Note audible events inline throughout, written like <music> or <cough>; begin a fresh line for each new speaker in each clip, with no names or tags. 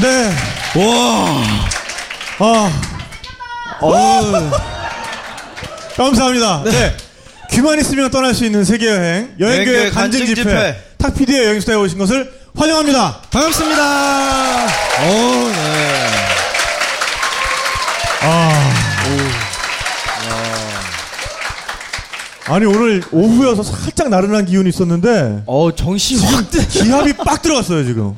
네. 와. 아. 어. 감사합니다. 네. 귀만 있으면 떠날 수 있는 세계 여행 여행교회
여행교회
간증
네, 그 간증 집회.
집회 탁피디의 여행수다에 오신 것을 환영합니다.
반갑습니다.
어,
오, 네.
아니 오늘 오후여서 살짝 나른한 기운이 있었는데
어, 정신 확 뜬.
기합이 빡 들어갔어요 지금.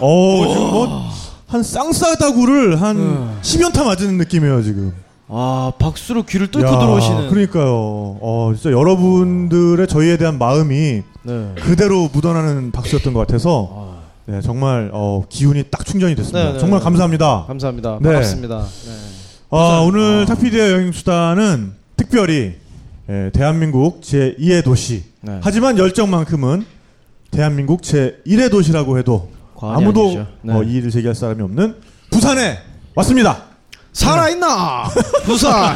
어 지금 뭐한 쌍싸다구를
네.
한 10연타 맞은 느낌이에요 지금.
아, 박수로 귀를 뚫고
야,
들어오시는.
그러니까요. 어 진짜 여러분들의 저희에 대한 마음이
네.
그대로 묻어나는 박수였던 것 같아서 네, 정말 어, 기운이 딱 충전이 됐습니다.
네, 네,
정말
네.
감사합니다.
감사합니다.
네.
반갑습니다. 네.
아, 오늘 탁피디의 여행수단은 특별히 예, 대한민국 제2의 도시
네.
하지만 열정만큼은 대한민국 제1의 도시라고 해도
과언이
아무도
아니죠. 네.
어, 이 일을 제기할 사람이 없는 부산에 왔습니다.
살아있나? <laughs> 부산.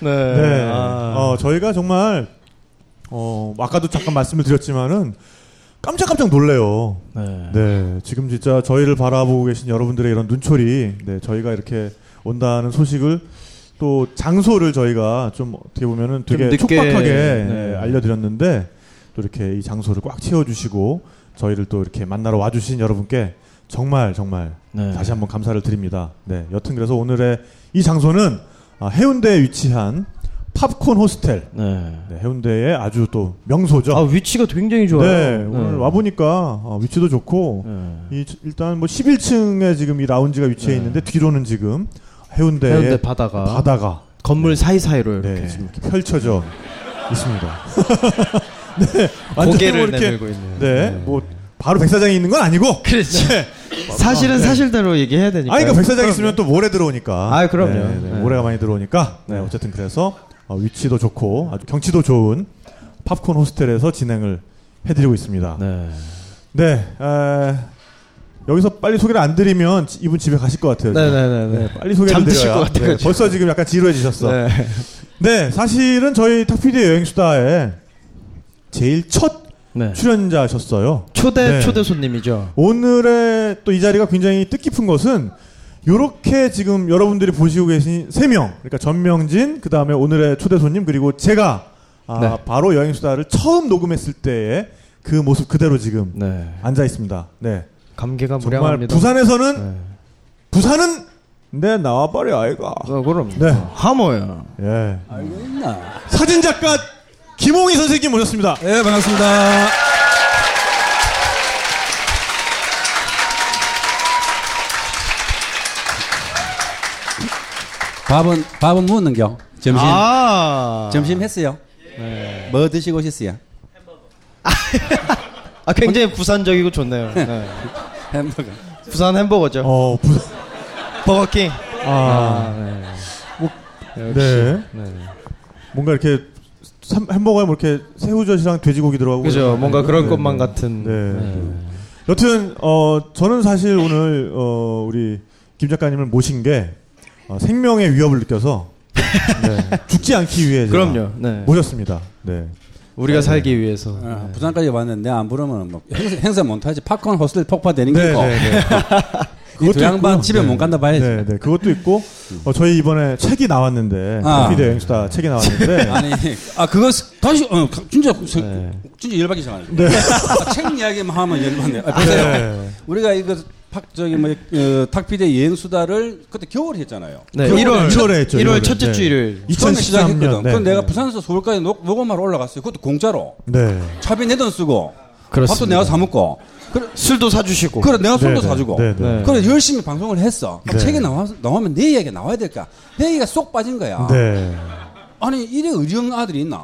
네.
네.
아.
어, 저희가 정말 어, 아까도 잠깐 말씀을 드렸지만은 깜짝깜짝 놀래요.
네.
네, 지금 진짜 저희를 바라보고 계신 여러분들의 이런 눈초리, 네, 저희가 이렇게 온다는 소식을 또 장소를 저희가 좀 어떻게 보면은
좀
되게
늦게,
촉박하게
네.
네, 알려드렸는데 또 이렇게 이 장소를 꽉 채워주시고 저희를 또 이렇게 만나러 와주신 여러분께 정말 정말
네.
다시 한번 감사를 드립니다. 네, 여튼 그래서 오늘의 이 장소는 아, 해운대에 위치한 팝콘 호스텔.
네.
네, 해운대의 아주 또 명소죠.
아, 위치가 굉장히 좋아요.
네, 오늘 와보니까 아, 위치도 좋고
네.
이 지- 일단 뭐 11층에 지금 이 라운지가 위치해 있는데 뒤로는 지금 해운대의
해운대 바다가.
네. 바다가
건물 사이사이로 이렇게.
네, 지금 이렇게 펼쳐져
<laughs>
있습니다. 네, 완전히
고개를
뭐 이렇게-
내밀고 있는. 그렇죠.
네, 뭐 바로 백사장이 있는 건 아니고. 네.
그렇지. 사실은 사실대로 얘기해야 되니까.
아, 아니 그러니까 백사장 있으면 또 모래 들어오니까.
아, 그럼요.
네, 네,
네.
모래가 많이 들어오니까. 네, 어쨌든 그래서 어, 위치도 좋고 아주 경치도 좋은 팝콘 호스텔에서 진행을 해드리고 있습니다.
네.
네. 에, 여기서 빨리 소개를 안 드리면 지- 이분 집에 가실 것 같아요. 지금.
네네네.
빨리 소개를
잠드실
드려야.
것 같아요,
네,
지금.
벌써 지금 약간 지루해지셨어. 네,
네.
사실은 저희 탁피디의 여행수다에 제일 첫
네.
출연자셨어요.
초대
네.
초대 손님이죠.
오늘의 또 이 자리가 굉장히 뜻깊은 것은 요렇게 지금 여러분들이 보시고 계신 세 명, 그러니까 전명진, 그 다음에 오늘의 초대 손님 그리고 제가 아,
네.
바로 여행수다를 처음 녹음했을 때의 그 모습 그대로 지금
네.
앉아 있습니다. 네.
감개가
정말
무량합니다.
부산에서는
네.
부산은 내 나와버려 아이가.
어, 그럼.
네.
하모요.
예. 사진 작가 김홍희 선생님 모셨습니다.
네, 반갑습니다. 밥은 밥은 묻는겨. 점심
아.
점심 했어요.
예.
뭐 드시고 오셨어요?
아 굉장히 부산적이고 좋네요. 네.
햄버거.
부산 햄버거죠.
어, 부,
버거킹.
아,
네.
네. 뭔가 이렇게 삼- 햄버거에 뭐 이렇게 새우젓이랑 돼지고기 들어가고.
그죠.
그러잖아요.
뭔가 그런
네,
것만
네.
같은.
네. 여튼 어 저는 사실 오늘 어 우리 김 작가님을 모신 게 어, 생명의 위협을 느껴서
<laughs>
네, 죽지 않기 위해 제가
그럼요. 네.
모셨습니다. 네.
우리가 살기 위해서.
예.
아, 부산까지 왔는데 안 부르면 뭐 행사, 행사 못 하지. 팝콘 호스텔 폭파되는
네,
거고.
네, 네.
이두 양반 집에 못 간다 봐야지.
네, 네. 그것도 있고 어, 저희 이번에 책이 나왔는데
아.
커피 대행수다 책이 나왔는데
<laughs> 아니, 아 그거 스- 다시 어, 가- 진짜 세-
네.
진짜 열받기 시작하네. 아, 책 이야기만 하면 열받네. 아, 보세요.
네.
우리가 이거 팍 저기 뭐 어, 탁피대 여행 수다를 그때 겨울에 했잖아요.
네.
겨울에
1월
그 일월에 했죠,
1월
일월에.
첫째 주
네.
일요일.
처음에
2013년,
시작했거든.
네.
그건 내가 부산에서 서울까지 녹, 녹음하러 올라갔어요. 그것도 공짜로.
네.
차비 내 돈 쓰고.
그렇습니다.
밥도 내가 사 먹고. 그래,
술도 사주시고.
그래 내가 아, 손도
네,
사주고.
네, 네.
네.
그래 열심히 방송을 했어. 그럼
네.
책에 나와, 나오면 내 이야기가 나와야 될까?
네.
내 이야기가 쏙 빠진 거야.
네.
아니 이래 의령 아들이 있나?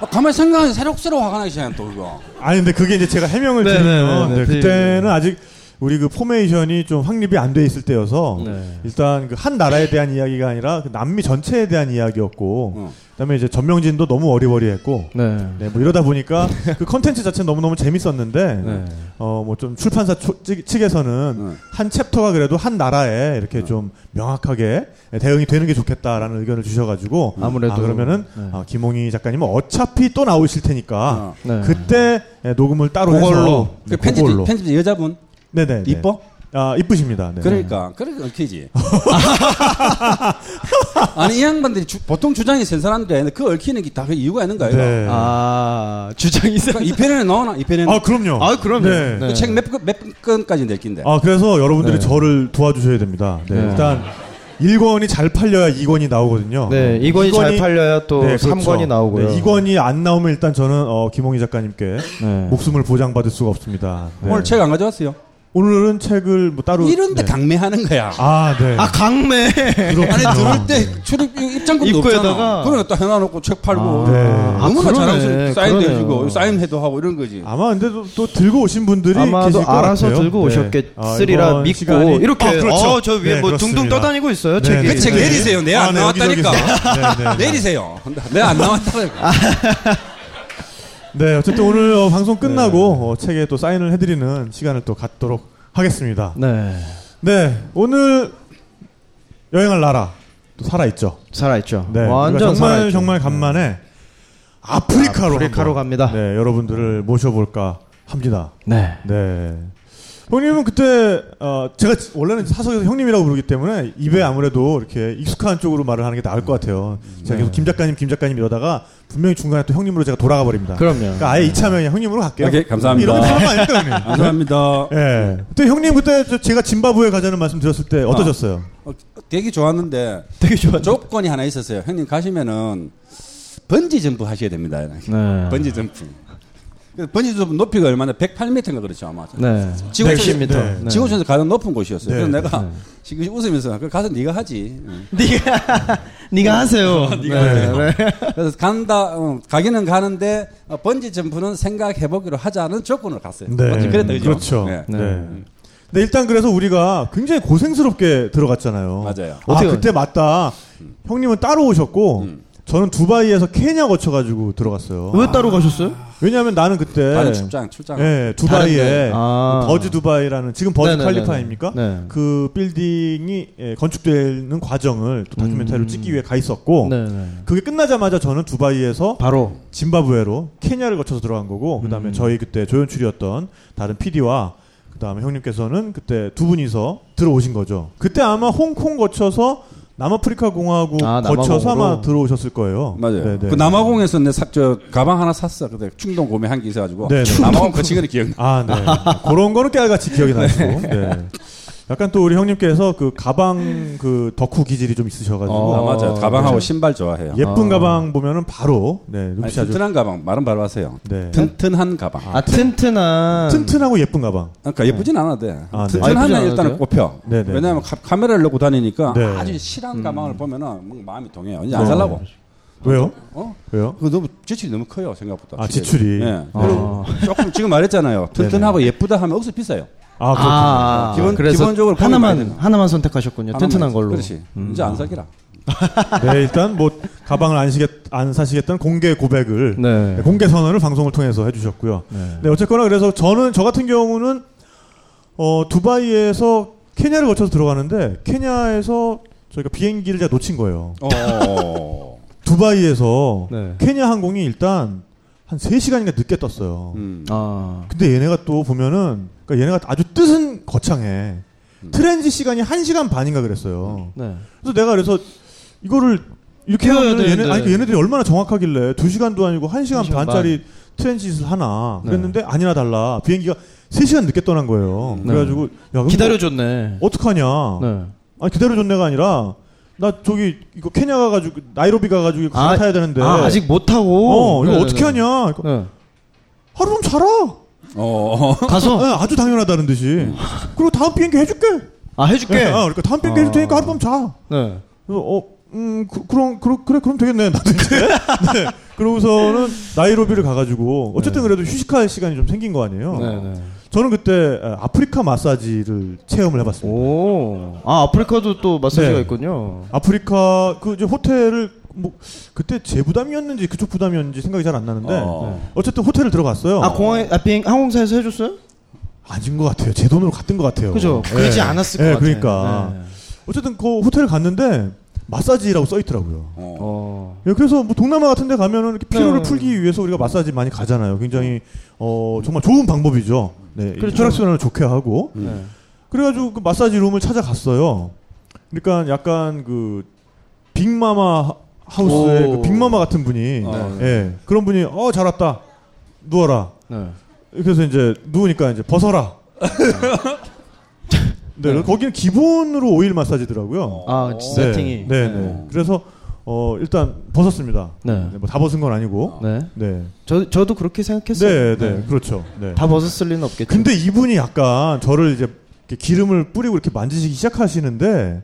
아, <laughs> 가만히 생각하니 새록새록 화가 나기 시작해 또 그거.
아니 근데 그게 이제 제가 해명을
네,
드리면
네, 네,
네,
네,
그때는 아직 우리 그 포메이션이 좀 확립이 안 돼 있을 때여서
네.
일단 그 한 나라에 대한 이야기가 아니라 그 남미 전체에 대한 이야기였고
응.
그다음에 이제 전명진도 너무 어리버리했고
네.
네, 뭐 이러다
<laughs>
보니까 그 컨텐츠 자체 는 너무 너무 재밌었는데
네.
어 뭐 좀 출판사 초- 측- 측에서는
응.
한 챕터가 그래도 한 나라에 이렇게
네.
좀 명확하게 대응이 되는 게 좋겠다라는 의견을 주셔가지고
아무래도.
아, 그러면은
네.
아, 김홍희 작가님은 어차피 또 나오실 테니까
어.
네.
그때 예, 녹음을 따로
그걸로.
해서
그
네,
편집
그걸로
편집 여자분
네네
이뻐?
아 이쁘십니다. 네.
그러니까
<laughs>
그러니까 얽히지. <laughs> 아니 이 양반들이 주- 보통 주장이 센 사람인데 그 얽히는 게 다 그 이유가 있는 거예요.
네. 아,
아 주장이 있어.
그러니까 이 편에는 넣어놔. 이 편에는
그럼요.
아, 그럼요.
네.
네.
책몇몇 권까지 낼 긴데.
아 그래서 여러분들이
네.
저를 도와주셔야 됩니다. 네,
네.
일단 1권이 잘 팔려야 2권이 나오거든요.
네, 이 권이 잘 팔려야 또 삼 권이 나오고요.
그렇죠. 네, 2권이 안 나오면 일단 저는 어, 김홍희 작가님께
네.
목숨을 보장받을 수가 없습니다. 네.
오늘 책 안 가져왔어요.
오늘은 책을 뭐 따로
이런데
네.
강매하는 거야.
아, 네.
아 강매.
그렇군요.
안에 들어올 때 출입 입장권도
입구에다가.
없잖아. 그러니까 또 해놔놓고 책 팔고
아,
네.
너무나
아, 그러네.
잘하고 사인도
그러네요.
해주고 사인회도 하고 이런 거지.
아마 근데 또, 또 들고 오신 분들이
아마도
계실 것
알아서
같아요.
들고
네. 아,
오셨겠으리라
이번
믿고
시간이-
이렇게
아, 그렇죠.
어, 저 위에
네,
뭐 둥둥
그렇습니다.
떠다니고 있어요.
네,
책이.
네,
그 책
네.
내리세요. 내가
아,
안
네,
나왔다니까.
여기저기서. 네, 네, 네.
내리세요. 내가 안 나왔다니까.
네, 어쨌든 오늘 어, 방송 끝나고
네.
어, 책에 또 사인을 해드리는 시간을 또 갖도록 하겠습니다.
네.
네, 오늘 여행할 나라 또 살아있죠.
살아있죠.
네,
완전
우리가 정말
살아있죠. 네.
정말 간만에 아프리카로
아프리카로
한번,
갑니다.
네, 여러분들을 모셔볼까 합니다.
네.
네. 형님은 그때 어, 제가 지- 원래는 사석에서 형님이라고 부르기 때문에 입에 아무래도 이렇게 익숙한 쪽으로 말을 하는 게 나을 것 같아요. 제가
네.
계속 김 작가님, 김 작가님 이러다가 분명히 중간에 또 형님으로 제가 돌아가 버립니다.
그럼요.
그러니까 아예 이참에 그냥 형님으로 갈게요.
오케이, 감사합니다.
이런 사람 아닐까 형님.
<laughs> 감사합니다.
예. 그때 형님 그때 저- 제가 짐바브웨 가자는 말씀 드렸을 때 어떠셨어요?
어, 되게 좋았는데
되게 좋아.
조건이 하나 있었어요. 형님 가시면은 번지 점프 하셔야 됩니다.
네.
번지 점프. 그래서 번지 점프 높이가 얼마나 108m인가 그렇죠 아마.
네.
지구촌-
110m.
네.
네. <laughs>
지구촌에서 가장 높은 곳이었어요.
네,
그래서 내가 지금 웃으면서 그 가서 네가 하지. 응.
네가 네가 하세요. 네. 네.
그래서 간다 어, 가기는 가는데 어, 번지 점프는 생각해 보기로 하자는 조건으로 갔어요. 맞죠? 그랬다 그죠?
네, 그렇죠.
네.
네.
네.
근데 일단 그래서 우리가 굉장히 고생스럽게 들어갔잖아요.
맞아요.
아,
어떻게-
그때 맞다. 형님은 따로 오셨고
음.
저는 두바이에서 케냐 거쳐가지고 들어갔어요.
왜 따로 가셨어요?
왜냐하면 나는 그때
다른 출장 출장.
예,
다른
두바이에 그
데. 아.
버즈 두바이라는 지금 버즈
네네네네.
칼리파입니까?
네.
그 빌딩이 예, 건축되는 과정을 또 다큐멘터리로
음.
찍기 위해 가 있었고
네. 네.
그게 끝나자마자 저는 두바이에서
바로
짐바브웨로 케냐를 거쳐서 들어간 거고 그다음에 저희 그때 조연출이었던 다른 PD와 그다음에 형님께서는 그때 두 분이서 들어오신 거죠. 그때 아마 홍콩 거쳐서 남아프리카 공화국
아,
거쳐서
남아공으로.
아마 들어오셨을 거예요.
맞아요.
네네.
그 남아공에서 내 사, 저 가방 하나 샀어. 그때 충동 구매한 게 있어가지고
네, 네.
남아공 그 친구는 기억.
아, 네. 그런 거는 깨알같이 기억이
<laughs>
나시고. 네. 약간 또 우리 형님께서 그 가방 그 덕후 기질이 좀 있으셔가지고
아,
어,
맞아요. 가방하고
그렇죠.
신발 좋아해요.
예쁜
아.
가방 보면은 바로 네
아니,
눈빛이 아주
튼튼한 가방 말은 바로 하세요.
네.
튼튼한 가방.
아 튼튼한
튼튼하고 예쁜 가방.
그러니까 예쁘진 않아도
아, 네.
아,
튼튼하면
예쁘진
일단은
않아도요?
꼽혀.
네, 네.
왜냐하면 카- 카메라를 넣고 다니니까
네.
아주 실한 가방을 보면은 뭔가 마음이 동해요. 이제 안 살라고.
왜요?
어?
왜요?
그 너무 지출이 너무 커요 생각보다.
아,
지출이.
지출이.
예.
아.
그리고 조금 지금 말했잖아요. 튼튼하고 예쁘다 하면 억수 비싸요.
아, 그렇군요.
아,
기본-
그래서
기본적으로 고민 많이
하나만
되나?
하나만 선택하셨군요. 네, 튼튼한 걸로.
그렇지. 이제 안 사기라.
네, 일단 뭐 가방을 안, 시겠, 안 사시겠다는 공개 고백을
네.
네, 공개 선언을 방송을 통해서 해주셨고요. 네. 어쨌거나 그래서 저는 저 같은 경우는 어, 두바이에서 케냐를 거쳐서 들어가는데 케냐에서 저희가 비행기를 제가 놓친 거예요.
어.
두바이에서
네.
케냐 항공이 일단 한 3시간인가 늦게 떴어요.
<laughs> 음.
아.
근데 얘네가 또 보면은 그러니까 얘네가 아주 뜻은 거창해.
음.
트랜지 시간이 1시간 반인가 그랬어요.
네.
그래서 내가 그래서 이거를 이렇게
태워야
하면 얘네
되는데.
아니 그 얘네들이 얼마나 정확하길래 2시간도 아니고 1시간,
한 시간
반짜리 트랜짓을 하나
네.
그랬는데 아니나 달라 비행기가 3시간 늦게 떠난 거예요.
네.
그래가지고 야 그럼
기다려줬네.
뭐 어떡하냐?
네.
아니 기다려줬네가 아니라 나 저기 이거 케냐 가가지고 나이로비 가가지고 이거
아,
타야 되는데
아, 아직 못
어
하고.
이거
네, 네,
어떻게
네.
하냐? 이거
네.
하루 좀 자라.
어.
가서
네, 아주 당연하다는 듯이.
음.
그리고 다음 비행기 해줄게.
아 해줄게.
네, 어, 그러니까 다음
아.
비행기 해줄 테니까 하룻밤 자.
네.
그래서 어, 음, 그, 럼 그러, 그래, 그럼 되겠네. 나도 이제. 네. 그러고서는 나이로비를 가가지고 어쨌든 그래도 휴식할 시간이 좀 생긴 거 아니에요.
네. 네네.
저는 그때 아, 아프리카 마사지를 체험을 해봤습니다.
오. 아, 아프리카도 또 마사지가
네.
있군요.
아프리카 그 이제 호텔을 뭐 그때 제 부담이었는지 그쪽 부담이었는지 생각이 잘 안 나는데
어.
어. 쨌든 호텔을 들어갔어요.
아, 공항에, 아, 비행, 항공사에서 해줬어요?
아닌 것 같아요. 제 돈으로 갔던 것 같아요.
그죠.
예.
그러지 않았을
예,
것 같아요.
그러니까.
네.
어쨌든 그 호텔 갔는데 마사지라고 써 있더라고요.
어.
어.
예, 그래서 뭐 동남아 같은 데 가면은 이렇게 피로를
네.
풀기 위해서 우리가 마사지 많이 가잖아요. 굉장히 어 정말 좋은 방법이죠. 네.
그렇죠.
혈액 순환을 좋게 하고.
네.
그래 가지고 그 마사지 룸을 찾아갔어요. 그러니까 약간 그 빅마마 하우스의
오. 아,
그 빅마마 같은 분이
네.
예. 그런 분이 어 잘 왔다. 누워라.
네.
그래서 이제 누우니까 이제
<laughs>
벗어라. 네, 거기는 기본으로 오일 마사지더라고요.
아,
네,
세팅이.
네, 네. 그래서 어 일단 벗었습니다.
네.
뭐 다 벗은 건 아니고.
네.
네.
저, 저도 그렇게
네,
생각했어요.
네, 그렇죠. 네.
다 벗었을 리는 없겠죠.
근데 이분이 약간 저를 이제 이렇게 기름을 뿌리고 이렇게 만지시기 시작하시는데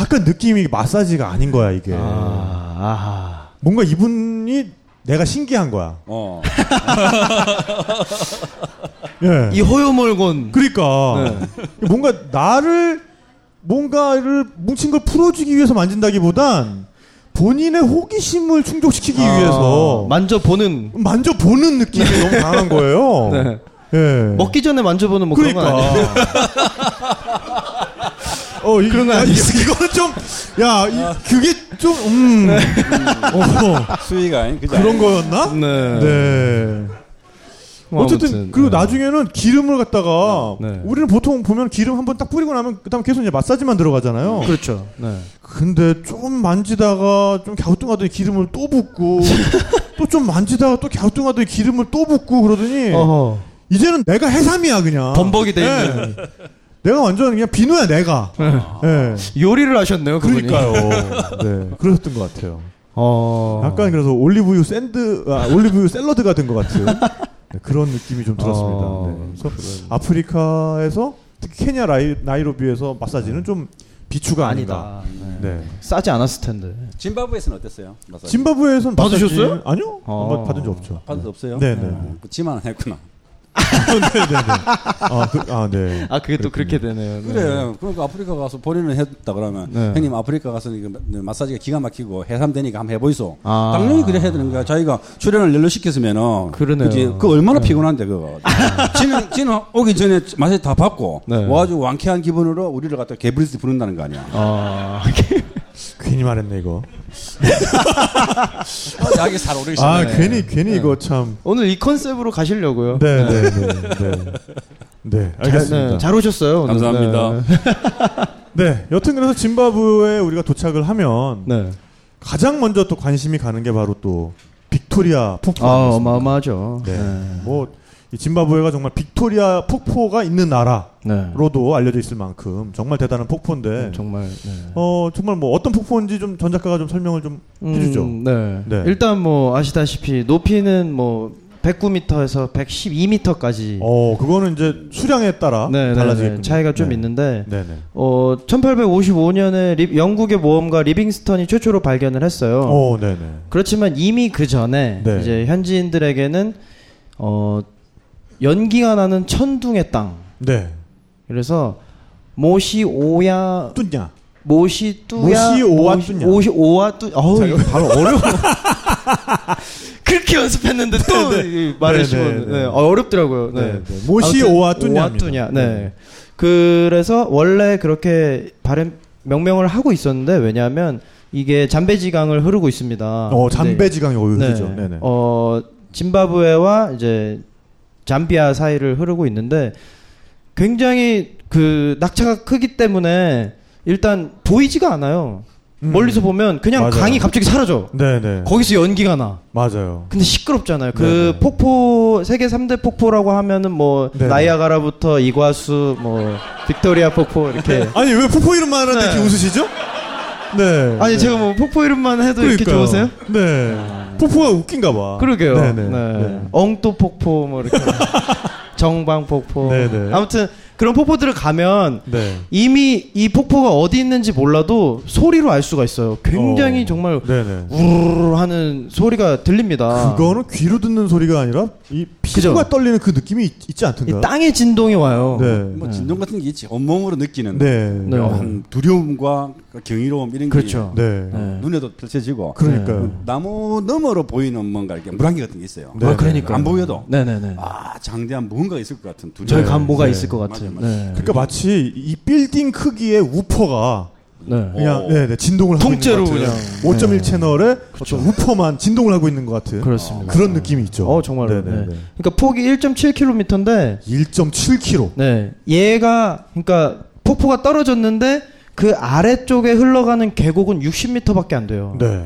약간 느낌이 마사지가 아닌 거야 이게.
아,
뭔가 이분이 내가 신기한 거야.
어.
예.
아하. 이 호요몰곤.
네. 그러니까
네.
뭔가 나를 뭔가를 뭉친 걸 풀어주기 위해서 만진다기보단 본인의 호기심을 충족시키기
아,
위해서
만져보는.
만져보는 느낌이 너무 강한 거예요.
네.
예.
먹기 전에 만져보는 뭐 그런 거 아니에요?
그러니까. <laughs> 어, 이, 그런 거 아니에요? 이거는 좀, 야,
아.
이, 그게 좀, 음. 어,
수위가 아닌 그죠?
그런 거였나?
네.
네.
뭐
어쨌든
아무튼,
그리고
네.
나중에는 기름을 갖다가
네.
우리는 보통 보면 기름 한 번 딱 뿌리고 나면 그다음 계속 이제 마사지만 들어가잖아요.
그렇죠. 네.
근데 좀 만지다가 좀 갸우뚱하더니 기름을 또
<laughs>
붓고 또 좀 만지다가 또 갸우뚱하더니 기름을 또 붓고
네.
그러더니
어허.
이제는 내가 해삼이야 그냥.
범벅이 돼
예.
있는.
내가 완전 그냥 비누야 내가. 예.
요리를 하셨네요, 그분이.
그러니까요. 네. 그러셨던 것 같아요.
어.
약간 그래서 올리브유 샌드, 아, 올리브유 샐러드가 된 것 같은 네, 그런 느낌이 좀 들었습니다.
어,
네. 그래서 아프리카에서 특히 케냐 라이, 나이로비에서 마사지는 좀 비추가 아니다.
아니다.
네.
싸지 않았을 텐데.
짐바브웨에는 어땠어요? 마사지?
짐바브웨에선
받으셨어요?
마사지- 아니요,
어.
한번 받은 적 없죠.
네. 받을 수 없어요?
네, 네,
아,
네.
그 짐안 했구나.
네네네. 아, 그, 아, 네.
아, 그게 또 그렇게 되네요. 네.
그래. 그러니까 아프리카 가서 본인은 했다 그러면
네.
형님 아프리카 가서 이거 네, 마사지가 기가 막히고 해삼되니까 한번 해보이소.
아.
당연히 그래 해야 되는 거야. 자기가 출연을 열로 시켰으면은
그러네요.
그지? 그 얼마나
<laughs>
피곤한데 그거. 지는 지는 오기 전에 마사지 다 받고
네.
와가지고 완쾌한 기분으로 우리를 갖다 개브리스 부른다는 거 아니야.
아,
괜히 말했네, 이거.
자기 살 오르기
아,
시작해.
괜히, 괜히 이거 참.
오늘 이 컨셉으로 가시려고요.
네네네. 네.
<laughs>
네,
잘,
알겠습니다.
네, 잘 오셨어요. 오늘.
감사합니다.
네, 여튼 그래서 짐바브웨에 우리가 도착을 하면
네. 네.
가장 먼저 또 관심이 가는 게 바로 또 빅토리아 폭포.
아,
아니겠습니까?
어마어마하죠.
네. 뭐, 이 짐바브웨가 정말 빅토리아 폭포가 있는 나라로도
네.
알려져 있을 만큼 정말 대단한 폭포인데,
정말. 네.
어, 정말 뭐 어떤 폭포인지 좀 전작가가 좀 설명을 좀 해주죠.
음, 네.
네.
일단 뭐 아시다시피 높이는 뭐 109m에서 112m까지
어, 그거는 이제 수량에 따라
네, 네,
달라지겠군요.
네. 차이가 좀
네.
있는데
네네.
어 1855년에 리, 영국의 모험가 리빙스턴이 최초로 발견을 했어요.
어, 네네.
그렇지만 이미 그 전에
네.
이제 현지인들에게는 어 연기가 나는 천둥의 땅.
네.
그래서 모시 오야
뚜냐.
모시 뚜야
모시 오와
모시-
뚜냐.
모시 오와 뚜 어우 이거 바로 어려워 그렇게 연습했는데 또 이 말을
<laughs> 네,
씹어
네,
네,
네.
어, 어렵더라고요 네.
네, 네. 모시 오와 뚜냐입니다.
냐 네. 그래서 원래 그렇게 발음 명명을 하고 있었는데 왜냐하면 이게 잠베지강을 흐르고 있습니다
어,
아, 근데
잠베지강이 오르죠. 네. 네네.
어, 짐바브웨와 이제 잠비아 사이를 흐르고 있는데 굉장히 그 낙차가 크기 때문에 일단 보이지가 않아요.
음.
멀리서 보면 그냥
맞아요.
강이 갑자기 사라져.
네네.
거기서 연기가 나.
맞아요.
근데 시끄럽잖아요. 그
네네.
폭포 세계 3대 폭포라고 하면은 뭐
네네.
나이아가라부터 이과수 뭐 빅토리아 폭포 이렇게
아니 왜 폭포 이름만 하는데
네.
이렇게 웃으시죠? 네.
<laughs> 아니 제가 뭐 폭포 이름만 해도 이렇게
그러니까요.
좋으세요? 아.
네. 폭포가 웃긴가 봐.
그러게요.
네네.
네.
네. <laughs>
엉또 폭포 뭐 이렇게 정방 폭포.
네네.
아무튼 그런 폭포들을 가면
네.
이미 이 폭포가 어디 있는지 몰라도 소리로 알 수가 있어요. 굉장히
어.
정말
네네.
우르르 하는 소리가 들립니다.
그거는 귀로 듣는 소리가 아니라 이 피부가 떨리는 그 느낌이 있, 있지
이
않던가?
땅의 진동이 와요.
네.
뭐 진동 같은 게 있지. 온몸으로 느끼는
네.
네.
묘한 두려움과 그 경이로움 이런
그렇죠.
게
네.
네.
눈에도 펼쳐지고
그러니까요.
나무 너머로 보이는 뭔가 이렇게 물안개 같은 게 있어요.
네.
아, 그러니까
안 보여도
네네네.
아 장대한 무언가 있을 것 같은 두려움.
저희 가 뭐가
네.
있을 것 같은.
맞아요, 맞아요.
네.
그러니까 마치 이 빌딩 크기의 우퍼가
네.
그냥
오.
네, 네, 진동을 하고 있는
통째로
것
그냥. 네. 그렇죠.
같아요. 5.1 채널에 어떤 우퍼만 진동을 하고 있는 것 같은 아,
그렇습니다.
그런 느낌이 있죠.
어 정말로.
네네네.
네. 그러니까 폭이 1.7km인데
1.7km.
네. 얘가 그러니까 폭포가 떨어졌는데 그 아래쪽에 흘러가는 계곡은 60m밖에 안 돼요.
네.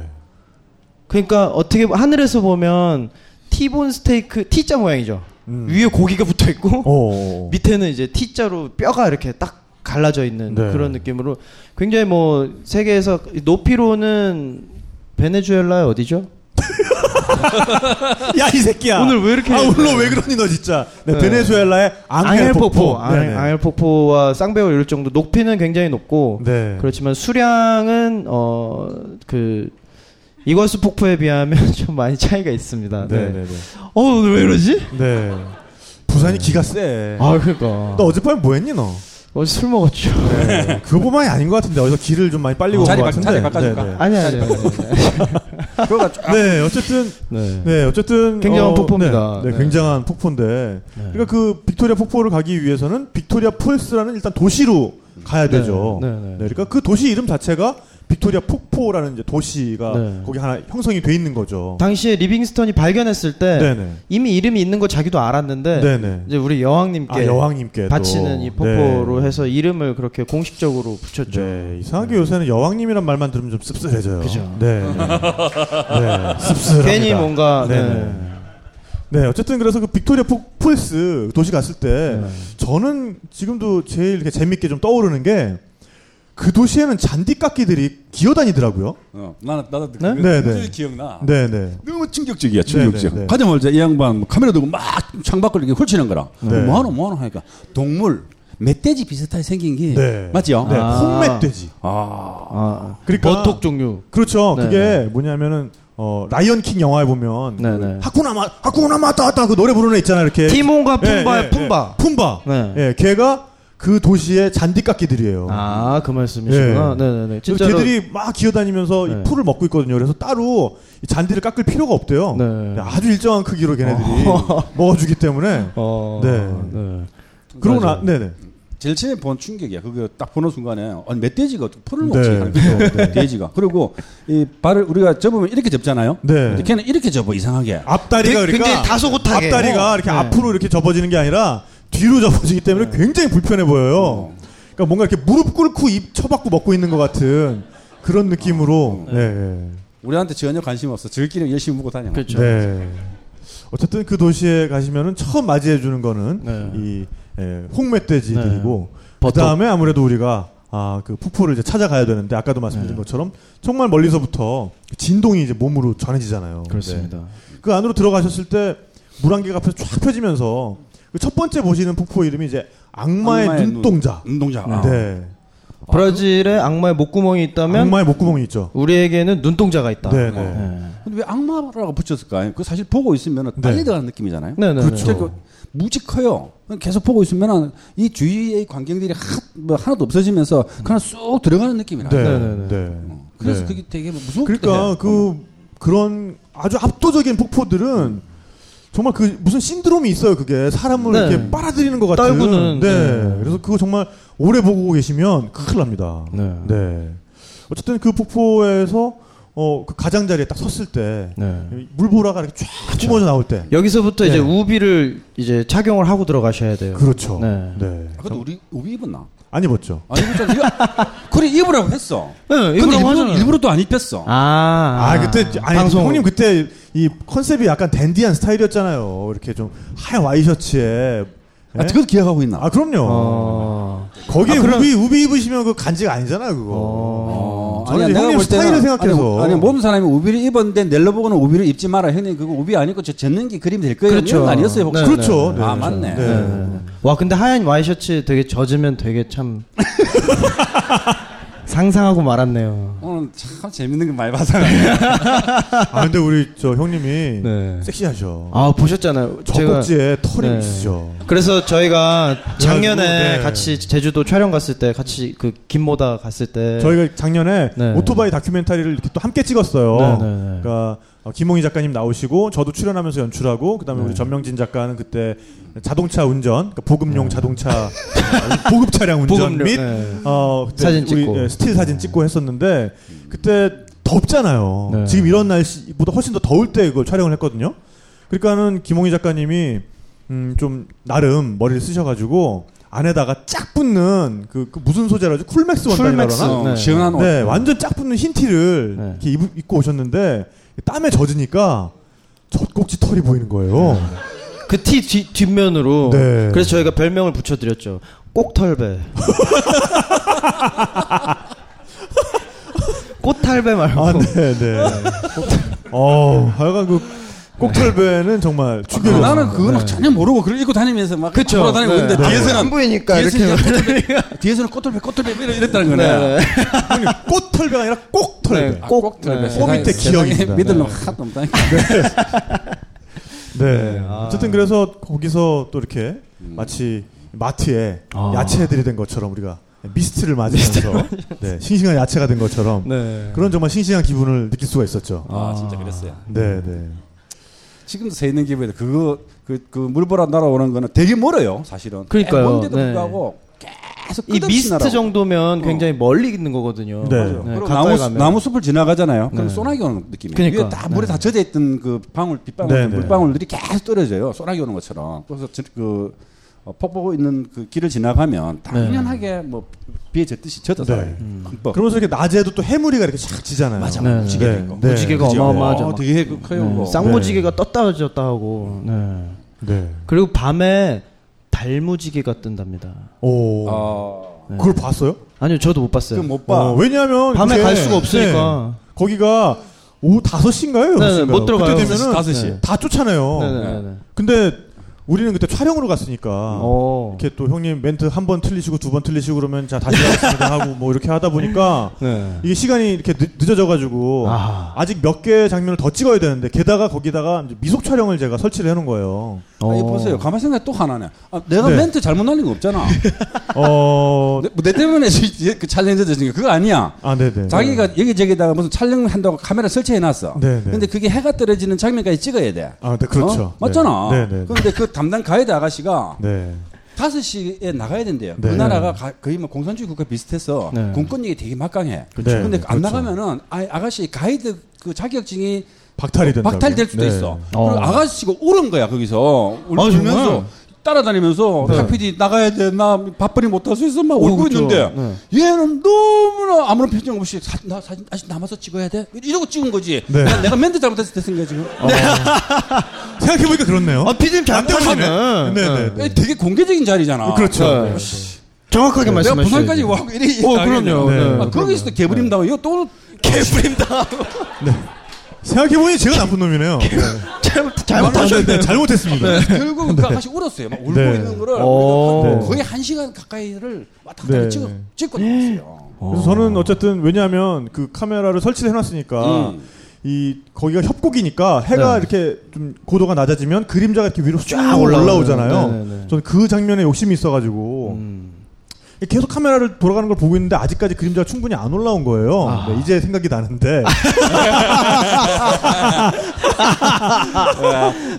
그러니까 어떻게 보- 하늘에서 보면 티본 스테이크 T자 모양이죠.
음.
위에 고기가 붙어 있고
어.
밑에는 이제 T자로 뼈가 이렇게 딱 갈라져 있는
네.
그런 느낌으로 굉장히 뭐 세계에서 높이로는 베네수엘라 어디죠?
야, 이 새끼야.
오늘 왜 이렇게
아, 오늘 왜 그러니 너 진짜. 네,
네.
베네수엘라의 앙헬 폭포. 네네.
아, 앙헬 폭포와 쌍배우 이럴 정도 높이는 굉장히 높고
네.
그렇지만 수량은 어 그 이과수 폭포에 비하면 <laughs> 좀 많이 차이가 있습니다. 네.
네네네.
어 오늘 왜 이러지?
네. 부산이 기가 세.
아 그러니까
너 어젯밤에 뭐 했니, 너?
어제 술 먹었죠.
네. 그거만이 아닌 것 같은데. 어디서 길을 좀 많이 빨리
어,
온것
자리 바-
같은데.
자리 바꿔줄까?
네네.
아니 아. 아니 아니.
그거가 쫙
네, 어쨌든 <laughs>
네.
네, 어쨌든
굉장한 폭포입니다.
네, 네,
네.
굉장한 폭포인데, 그러니까 그 빅토리아 폭포를 가기 위해서는 빅토리아 폴스라는 일단 도시로 가야
네,
되죠.
네, 네.
그러니까 그 도시 이름 자체가 빅토리아 폭포라는 이제 도시가
네.
거기 하나 형성이 돼 있는 거죠.
당시에 리빙스턴이 발견했을 때
네, 네,
이미 이름이 있는 거 자기도 알았는데
네, 네.
이제 우리 여왕님께
아, 여왕님께
바치는
또.
이 폭포로
네.
해서 이름을 그렇게 공식적으로 붙였죠.
네, 이상하게 요새는 여왕님이란 말만 들으면 좀 씁쓸해져요.
그죠. <laughs>
네, 네. 네, 씁쓸합니다.
괜히 뭔가
네,
네.
네. 네, 어쨌든 그래서 그 빅토리아 폭폴스 도시 갔을 때
네.
저는 지금도 제일 이렇게 재밌게 좀 떠오르는 게 그 도시에는 잔디깎이들이 기어다니더라고요.
어, 나는 나도
네?
그게
네,
굉장히
네.
기억나.
네, 네.
너무 충격적이야,
네,
충격적.
네, 네.
가자마자 이 양반 뭐 카메라 들고 막 창밖을 이렇게 훑치는 거라.
네.
뭐하노, 뭐하노 하니까 동물 멧돼지 비슷하게 생긴 게
네.
맞죠?
네,
예. 아.
홈멧돼지.
아,
아,
그러니까-
버톡 종류.
그렇죠.
네,
그게 뭐냐면은 어 라이언 킹 영화에 보면 그
네, 네.
하쿠나마 하쿠나마 따따 그 노래 부르는 애 있잖아 이렇게
티몬과
예,
품바의
예, 예.
품바.
품바.
네.
예, 걔가 그 도시의 잔디깎이들이에요.
아, 그 말씀이시구나.
예.
네, 네, 네.
그래서
진짜로.
걔들이 막 기어다니면서 이
네.
풀을 먹고 있거든요. 그래서 따로 이 잔디를 깎을 필요가 없대요.
네.
근데 아주 일정한 크기로 걔네들이 <laughs> 먹어주기 때문에
어.
네.
네.
그러고 나
맞아요.
네네
제일 처음에 본 충격이야. 그거 딱 보는 순간에 아니 멧돼지가 어떻게 풀을
네.
먹지? 하는 <laughs> 거죠. 돼지가. 그리고 이 발을 우리가 접으면 이렇게 접잖아요.
네.
근데 걔는 이렇게 접어 이상하게.
앞다리가
되게-
그러니까
굉장히 다소곳하게.
앞다리가
어.
이렇게
네.
앞으로 이렇게 접어지는 게 아니라 뒤로 접어지기 때문에 굉장히 불편해
어.
보여요. 그러니까 뭔가 이렇게 무릎 꿇고 입 쳐박고 먹고 있는 것 같은 그런 느낌으로 네. 네.
우리한테 전혀 관심 없어. 저희끼리 열심히 먹고 다녀.
그렇죠.
네. 어쨌든 그 도시에 가시면은 처음 맞이해 주는 거는
네.
이 예, 홍멧돼지들이고
버터.
그다음에 아무래도 우리가 아, 그 폭포를 이제 찾아가야 되는데 아까도 말씀드린
네.
것처럼 정말 멀리서부터 그 진동이 이제 몸으로 전해지잖아요.
그렇습니다.
네. 그 안으로 들어가셨을 때 물안개가 앞에서 쫙 펴지면서 그 첫 번째 보시는 폭포 이름이 이제 악마의, 눈동자.
눈동자. 아.
네.
브라질에 악마의 목구멍이 있다면
악마의 목구멍이 있죠.
우리에게는 눈동자가 있다.
네,
네.
네.
근데 왜 악마라고 붙였을까? 그 사실 보고 있으면 빨리
네.
들어가는 느낌이잖아요.
네, 네,
그렇죠.
네.
그러니까 무지 커요. 계속 보고 있으면 이 주위의 광경들이 하, 뭐 하나도 없어지면서 그냥 쑥 들어가는 느낌이라.
네. 네.
네, 네,
네.
그래서
네.
그게 되게 뭐 무섭기도
그러니까
해요.
그 그런 아주 압도적인 폭포들은 정말 그 무슨 신드롬이 있어요. 그게 사람을
네.
이렇게 빨아들이는 것 같은.
떨구는,
네.
네.
그래서 그거 정말 오래 보고 계시면 큰일 납니다.
네.
네. 어쨌든 그 폭포에서 어그 가장자리에 딱 섰을 때
네. 예.
물보라가 이렇게 쫙 뿜어져 나올 때.
여기서부터 이제
네.
우비를 이제 착용을 하고 들어가셔야 돼요.
그렇죠.
네.
네.
아까도 우리 우비 입었나?
안 입었죠.
아 입었잖아. 이거- <laughs> 그래 입으라고 했어.
네,
근데
입으라고
일부러,
하잖아요.
일부러 또 안 입혔어.
아,
아, 그때 아니
방송
형님 그때 이 컨셉이 약간 댄디한 스타일이었잖아요. 이렇게 좀 하얀 와이셔츠에
아, 그걸 기억하고 있나?
아 그럼요.
어.
거기에
아, 그럼-
우비 우비 입으시면 그 간지가 아니잖아요 그거.
어.
어,
저는 이제 형님 스타일을 생각해서.
아니, 아니 모든 사람이 우비를 입었는데 넬로보고는 우비를 입지 마라 형님 그거 우비 아니고 저 젖는 게 그림 될 거예요
그렇죠.
이런 거 아니었어요 혹시
네,
그렇죠. 네,
아
그렇죠.
맞네
네.
네. 와 근데 하얀 와이셔츠 되게 젖으면 되게
<laughs>
참 상상하고 말았네요.
오늘 참 재밌는 거 많이 봤어요
아 근데 우리 저 형님이
네.
섹시하셔.
아 보셨잖아요. 제가
젖꼭지에 털이
네.
있으셔.
그래서 저희가 작년에
네.
같이 제주도 촬영 갔을 때 같이 그 김모다 갔을 때
저희가 작년에
네.
오토바이 다큐멘터리를 이렇게 또 함께 찍었어요.
네, 네, 네.
그러니까 어, 김홍희 작가님 나오시고 저도 출연하면서 연출하고 그다음에
네.
우리 전명진 작가는 그때 자동차 운전, 그러니까 보급용 자동차 <laughs> 어, 보급 차량 운전
네. 보급용,
및
네.
어, 그때
사진
우리,
찍고.
예, 스틸 사진 찍고 했었는데 그때 덥잖아요.
네.
지금 이런 날씨보다 훨씬 더 더울 때 그걸 촬영을 했거든요. 그러니까는 김홍희 작가님이 음, 좀 나름 머리를 쓰셔가지고 안에다가 쫙 붙는 그, 그 무슨 소재라죠? 쿨맥스 원단이라나?
쿨맥스.
어,
네.
시원한 옷
네, 완전 쫙 붙는 흰 티를
네.
이렇게 입, 입고 오셨는데 땀에 젖으니까 젖꼭지 털이 보이는 거예요.
그 티 뒷면으로
네.
그래서 저희가 별명을 붙여드렸죠. <laughs> 꼭털배. 꽃털배 말고
아, 네, 네.
<laughs>
어, 하여간 그 꼭털배는 정말
아,
충격이었어요.
나는 그거는 전혀 모르고 그걸 입고 다니면서 막
그쵸.
돌아다니고
네.
있는데
네.
뒤에서는
안 보이니까
뒤에서는
이렇게
꼬들배, 뒤에서는 꼬들배 꼬들배 뭐 이러- 이랬다는 거네.
<laughs>
형님, 꽃털배가 아니라 꼭털배.
네.
아,
꼭-
꼭들배.
네.
꼬밑에
세상에
기억입니다.
믿을 놈 하나도 없다니까.
네.
아.
어쨌든 그래서 거기서 또 이렇게
음.
마치 마트에
아.
야채들이 된 것처럼 우리가 미스트를 맞으면서 <laughs> 네, 싱싱한 야채가 된 것처럼
네.
그런 정말 싱싱한 기분을 느낄 수가 있었죠.
아 진짜 그랬어요.
음.
네, 네.
지금도 새 있는 기분에 그거 그, 그 물보라 날아오는 거는 되게 멀어요 사실은.
그러니까요.
뭔데도
네.
불구하고 계속
이
끝없이
미스트
날아오고.
정도면 굉장히 멀리 있는 거거든요.
네.
맞아요. 그리고
가까이
나무,
가면.
나무 숲을 지나가잖아요. 그럼
네.
소나기 오는 느낌이에요.
그러니까.
위에 다 물에 다 젖어 있던 그 방울 빗방울
네, 네.
물방울들이 계속 떨어져요. 소나기 오는 것처럼. 그래서 저- 그 어, 폭포 있는 그 길을
네.
지나가면 당연하게 뭐 비에 젖듯이 젖어
네.
살아요.
음.
흠뻑.
그러면서 이렇게 낮에도 또 해무리가 이렇게 샥 지잖아요.
뭐. 맞아.
네.
무지개
네.
되고.
네.
무지개가
그죠?
어마어마하죠.
어,
막.
되게 그 커요.
네.
그거.
쌍무지개가 떴다 졌다 하고. 네.
네.
그리고 밤에 달무지개가 뜬답니다.
오.
아,
그걸 봤어요?
아니요, 저도 못 네. 봤어요.
그건 못 봐.
어, 왜냐하면
네. 밤에
그게-
갈 수가 없으니까.
네. 거기가 오후 5시인가요?
네, 네, 못 들어가요.
그때 되면은
다섯 시.
다 쫓아내요.
네, 네, 네.
근데 우리는 그때 촬영으로 갔으니까
어.
아. 이렇게 또 형님 멘트 한 번 틀리시고 두 번 틀리시고 그러면 자 다시 하겠습니다 하고 뭐 이렇게 하다 보니까
네.
이게 시간이 이렇게 늦, 어져 가지고
아.
아. 직 몇 개 장면을 더 찍어야 되는데 게다가 거기다가 이제 미속 촬영을 제가 설치를 해 놓은 거예요.
아,
어.
이거 보세요. 가만 생각 또 하나네. 아, 내가
네.
멘트 잘못 날린 거 없잖아.
어.
내, 뭐 내 때문에 <laughs> 이- 그 챌린저들 중에 그거 아니야.
아, 네, 네.
자기가 여기저기다가 무슨 촬영한다고 카메라 설치해 놨어.
네, 네.
근데 그게 해가 떨어지는 장면까지 찍어야 돼.
아, 네, 그렇죠.
어? 맞잖아.
네, 네. 네.
그런데 그 담당 가이드 아가씨가
네.
5시에 나가야 된대요.
네.
그 나라가 가- 거의 뭐 공산주의 국가 비슷해서
네.
공권력이 되게 막강해.
그렇죠.
근데
네,
안
그렇죠.
나가면은 아, 아가씨 가이드 그 자격증이
박탈이 네. 된다.
될 수도 있어.
어.
그리고 아가씨가 울은 거야 거기서 울-
아, 정말?
울면서 따라다니면서
네.
탁피디 나가야 돼. 나 바쁘니 못 할 수 있어. 막
어,
울고
그렇죠.
있는데 얘는 너무나 아무런 표정 없이 사, 나 사진 아직 남아서 찍어야 돼. 이러고 찍은 거지.
네.
내가, 내가 멘트 잘못해서 됐은 거야 지금. 네.
생각해 보니까 그렇네요.
아, 피디님
네,
잘못하면
네. 네.
되게 공개적인 자리잖아.
그렇죠.
네. 정확하게
내가
말씀하시죠.
부산까지 와고 이래.
어, 그럼요.
네.
네.
아, 거기서도 개부림 당하고 이거 또 개부림 당하고.
생각해 보니 제가 나쁜 놈이네요.
<laughs> 잘못,
네, 네, 잘못했습니다.
결국
네.
그 아가씨 울었어요. 막 울고
네.
있는 거를
오.
우리가 한- 거의 한 시간 가까이를 왔다 갔다
네.
찍어 찍고 나왔어요.
그래서 저는 어쨌든 왜냐하면 그 카메라를 설치를 해놨으니까
음.
이 거기가 협곡이니까 해가
네.
이렇게 좀 고도가 낮아지면 그림자가 이렇게 위로 쫙
올라오는,
올라오잖아요.
네, 음. 네, 네.
저는 그 장면에 욕심이 있어가지고 계속 카메라를 돌아가는 걸 보고 있는데 아직까지 그림자가 충분히 안 올라온 거예요.
아.
네, 이제 생각이
<laughs>
나는데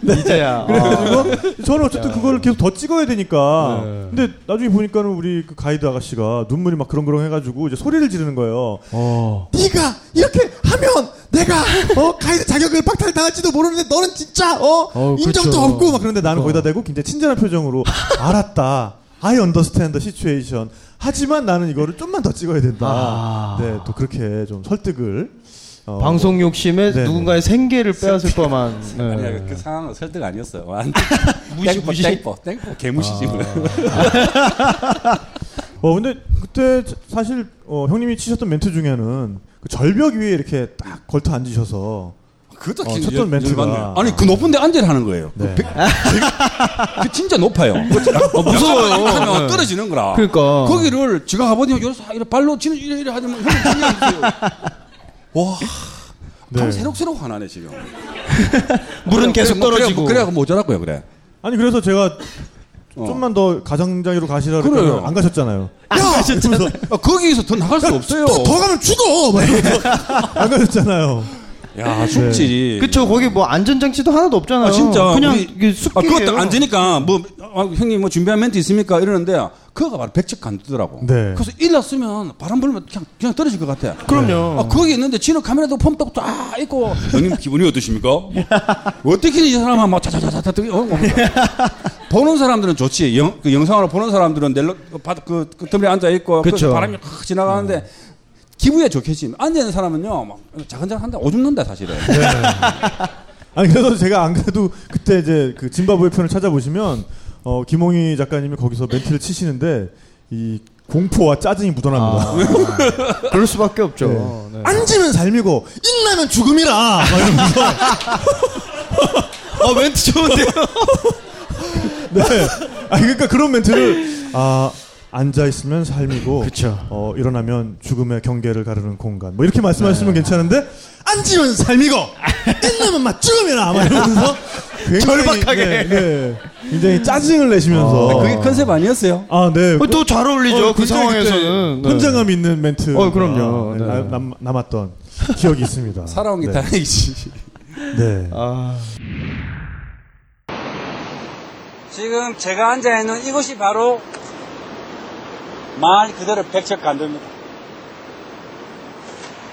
네, 이제야. 아.
그래가지고 저는 어쨌든 그걸 계속 더 찍어야 되니까.
네.
근데 나중에 보니까는 우리 그 가이드 아가씨가 눈물이 막 그렁그렁 해가지고 이제 소리를 지르는 거예요. 어. 네가 이렇게 하면 내가 어 가이드 자격을 박탈 당할지도 모르는데 너는 진짜 어,
어,
인정도
그쵸.
없고 막 그런데 나는 거기다 대고 굉장히 친절한 표정으로 알았다. I understand the situation. 하지만 나는 이거를 좀만 더 찍어야 된다.
아.
네, 또 그렇게 좀 설득을 어,
방송 욕심에
네,
누군가의 생계를 빼앗을 뻔한. 네.
아니야 그 상황은 설득 아니었어요. 완
<laughs> 무시, 아.
땡포
무시.
땡포 땡포 개무시지 뭐.
어 근데 그때 자- 사실 어, 형님이 치셨던 멘트 중에는 그 절벽 위에 이렇게 딱 걸터 앉으셔서
<laughs> 그것도
어, 쳤던 멘트가.
열받네요. 아니 그 높은데 앉으라 하는 거예요.
네.
그, 백- 제가- 그
<laughs>
진짜 높아요. 어, 무서워요. <laughs> 하면 떨어지는 거라.
네. 그러니까.
거기를 제가 가보니 여기서 이래 발로 치는 이래 이래 하지만 형님 그냥
<laughs>
앉으세요. 와.
네.
감 새록새록 화나네 지금.
물은 계속
그래, 뭐,
떨어지고.
그래, 그래 모자랐고요 그래.
아니 그래서 제가
어.
좀만 더 가장자리로 가시라
그래요.
그러면 안 가셨잖아요.
야, 아, 거기에서 더 나갈 수 없어요.
또 더 가면 죽어. 막 이러면서 안 가셨잖아요.
야, 숙지.
그쵸 거기 뭐 안전장치도 하나도 없잖아요.
아, 진짜.
그냥
우리-
이게 숲
아, 그것도 앉으니까, 뭐, 아, 형님 뭐 준비한 멘트 있습니까? 이러는데, 그거가 바로 백척 간두더라고.
네.
그래서 일났으면 바람 불면 그냥, 그냥 떨어질 것 같아.
그럼요.
아, 거기 있는데 지는 카메라도 펌떡 쫙 있고, 형님 기분이 어떠십니까? <laughs> 어떻게 이 사람은 막 자자자자자, 뜨- 어, 어. 보는 사람들은 좋지. 영, 그 영상으로 보는 사람들은 넬로, 바, 그, 그 틈에 앉아있고,
그쵸. 음.
그래서 바람이 확 지나가는데, 기분에 좋겠지. 앉아있는 사람은요, 막, 자근자근 한다. 오줌 는다, 사실은.
아니 그래서 제가 안 그래도 그때 이제 그 짐바브웨 편을 찾아보시면 어 김홍희 작가님이 거기서 멘트를 치시는데 이 공포와 짜증이 묻어납니다.
그럴 수밖에 없죠. 네.
아, 앉으면 삶이고 일나면 죽음이라. 막 이러면서
아 멘트 좋은데요.
네. 아 그러니까 그런 멘트를 아 앉아 있으면 삶이고
그쵸.
어 일어나면 죽음의 경계를 가르는 공간. 뭐 이렇게 말씀하시면
네.
괜찮은데 앉으면 삶이고 일나면 막 죽음이라 막 이러면서 굉장히,
절박하게.
네, 네. 굉장히 짜증을 내시면서
어.
아, 그게 컨셉 아니었어요?
아, 네.
또 잘 어울리죠
어,
그
굉장히
상황에서는. 네.
그때 현장감 있는 멘트. 아,
어, 그럼요. 네.
남, 남았던 기억이 있습니다.
<laughs> 살아온 게
네.
다행이지.
네.
아.
지금 제가 앉아 있는 이곳이 바로 말 그대로 백척 간도입니다.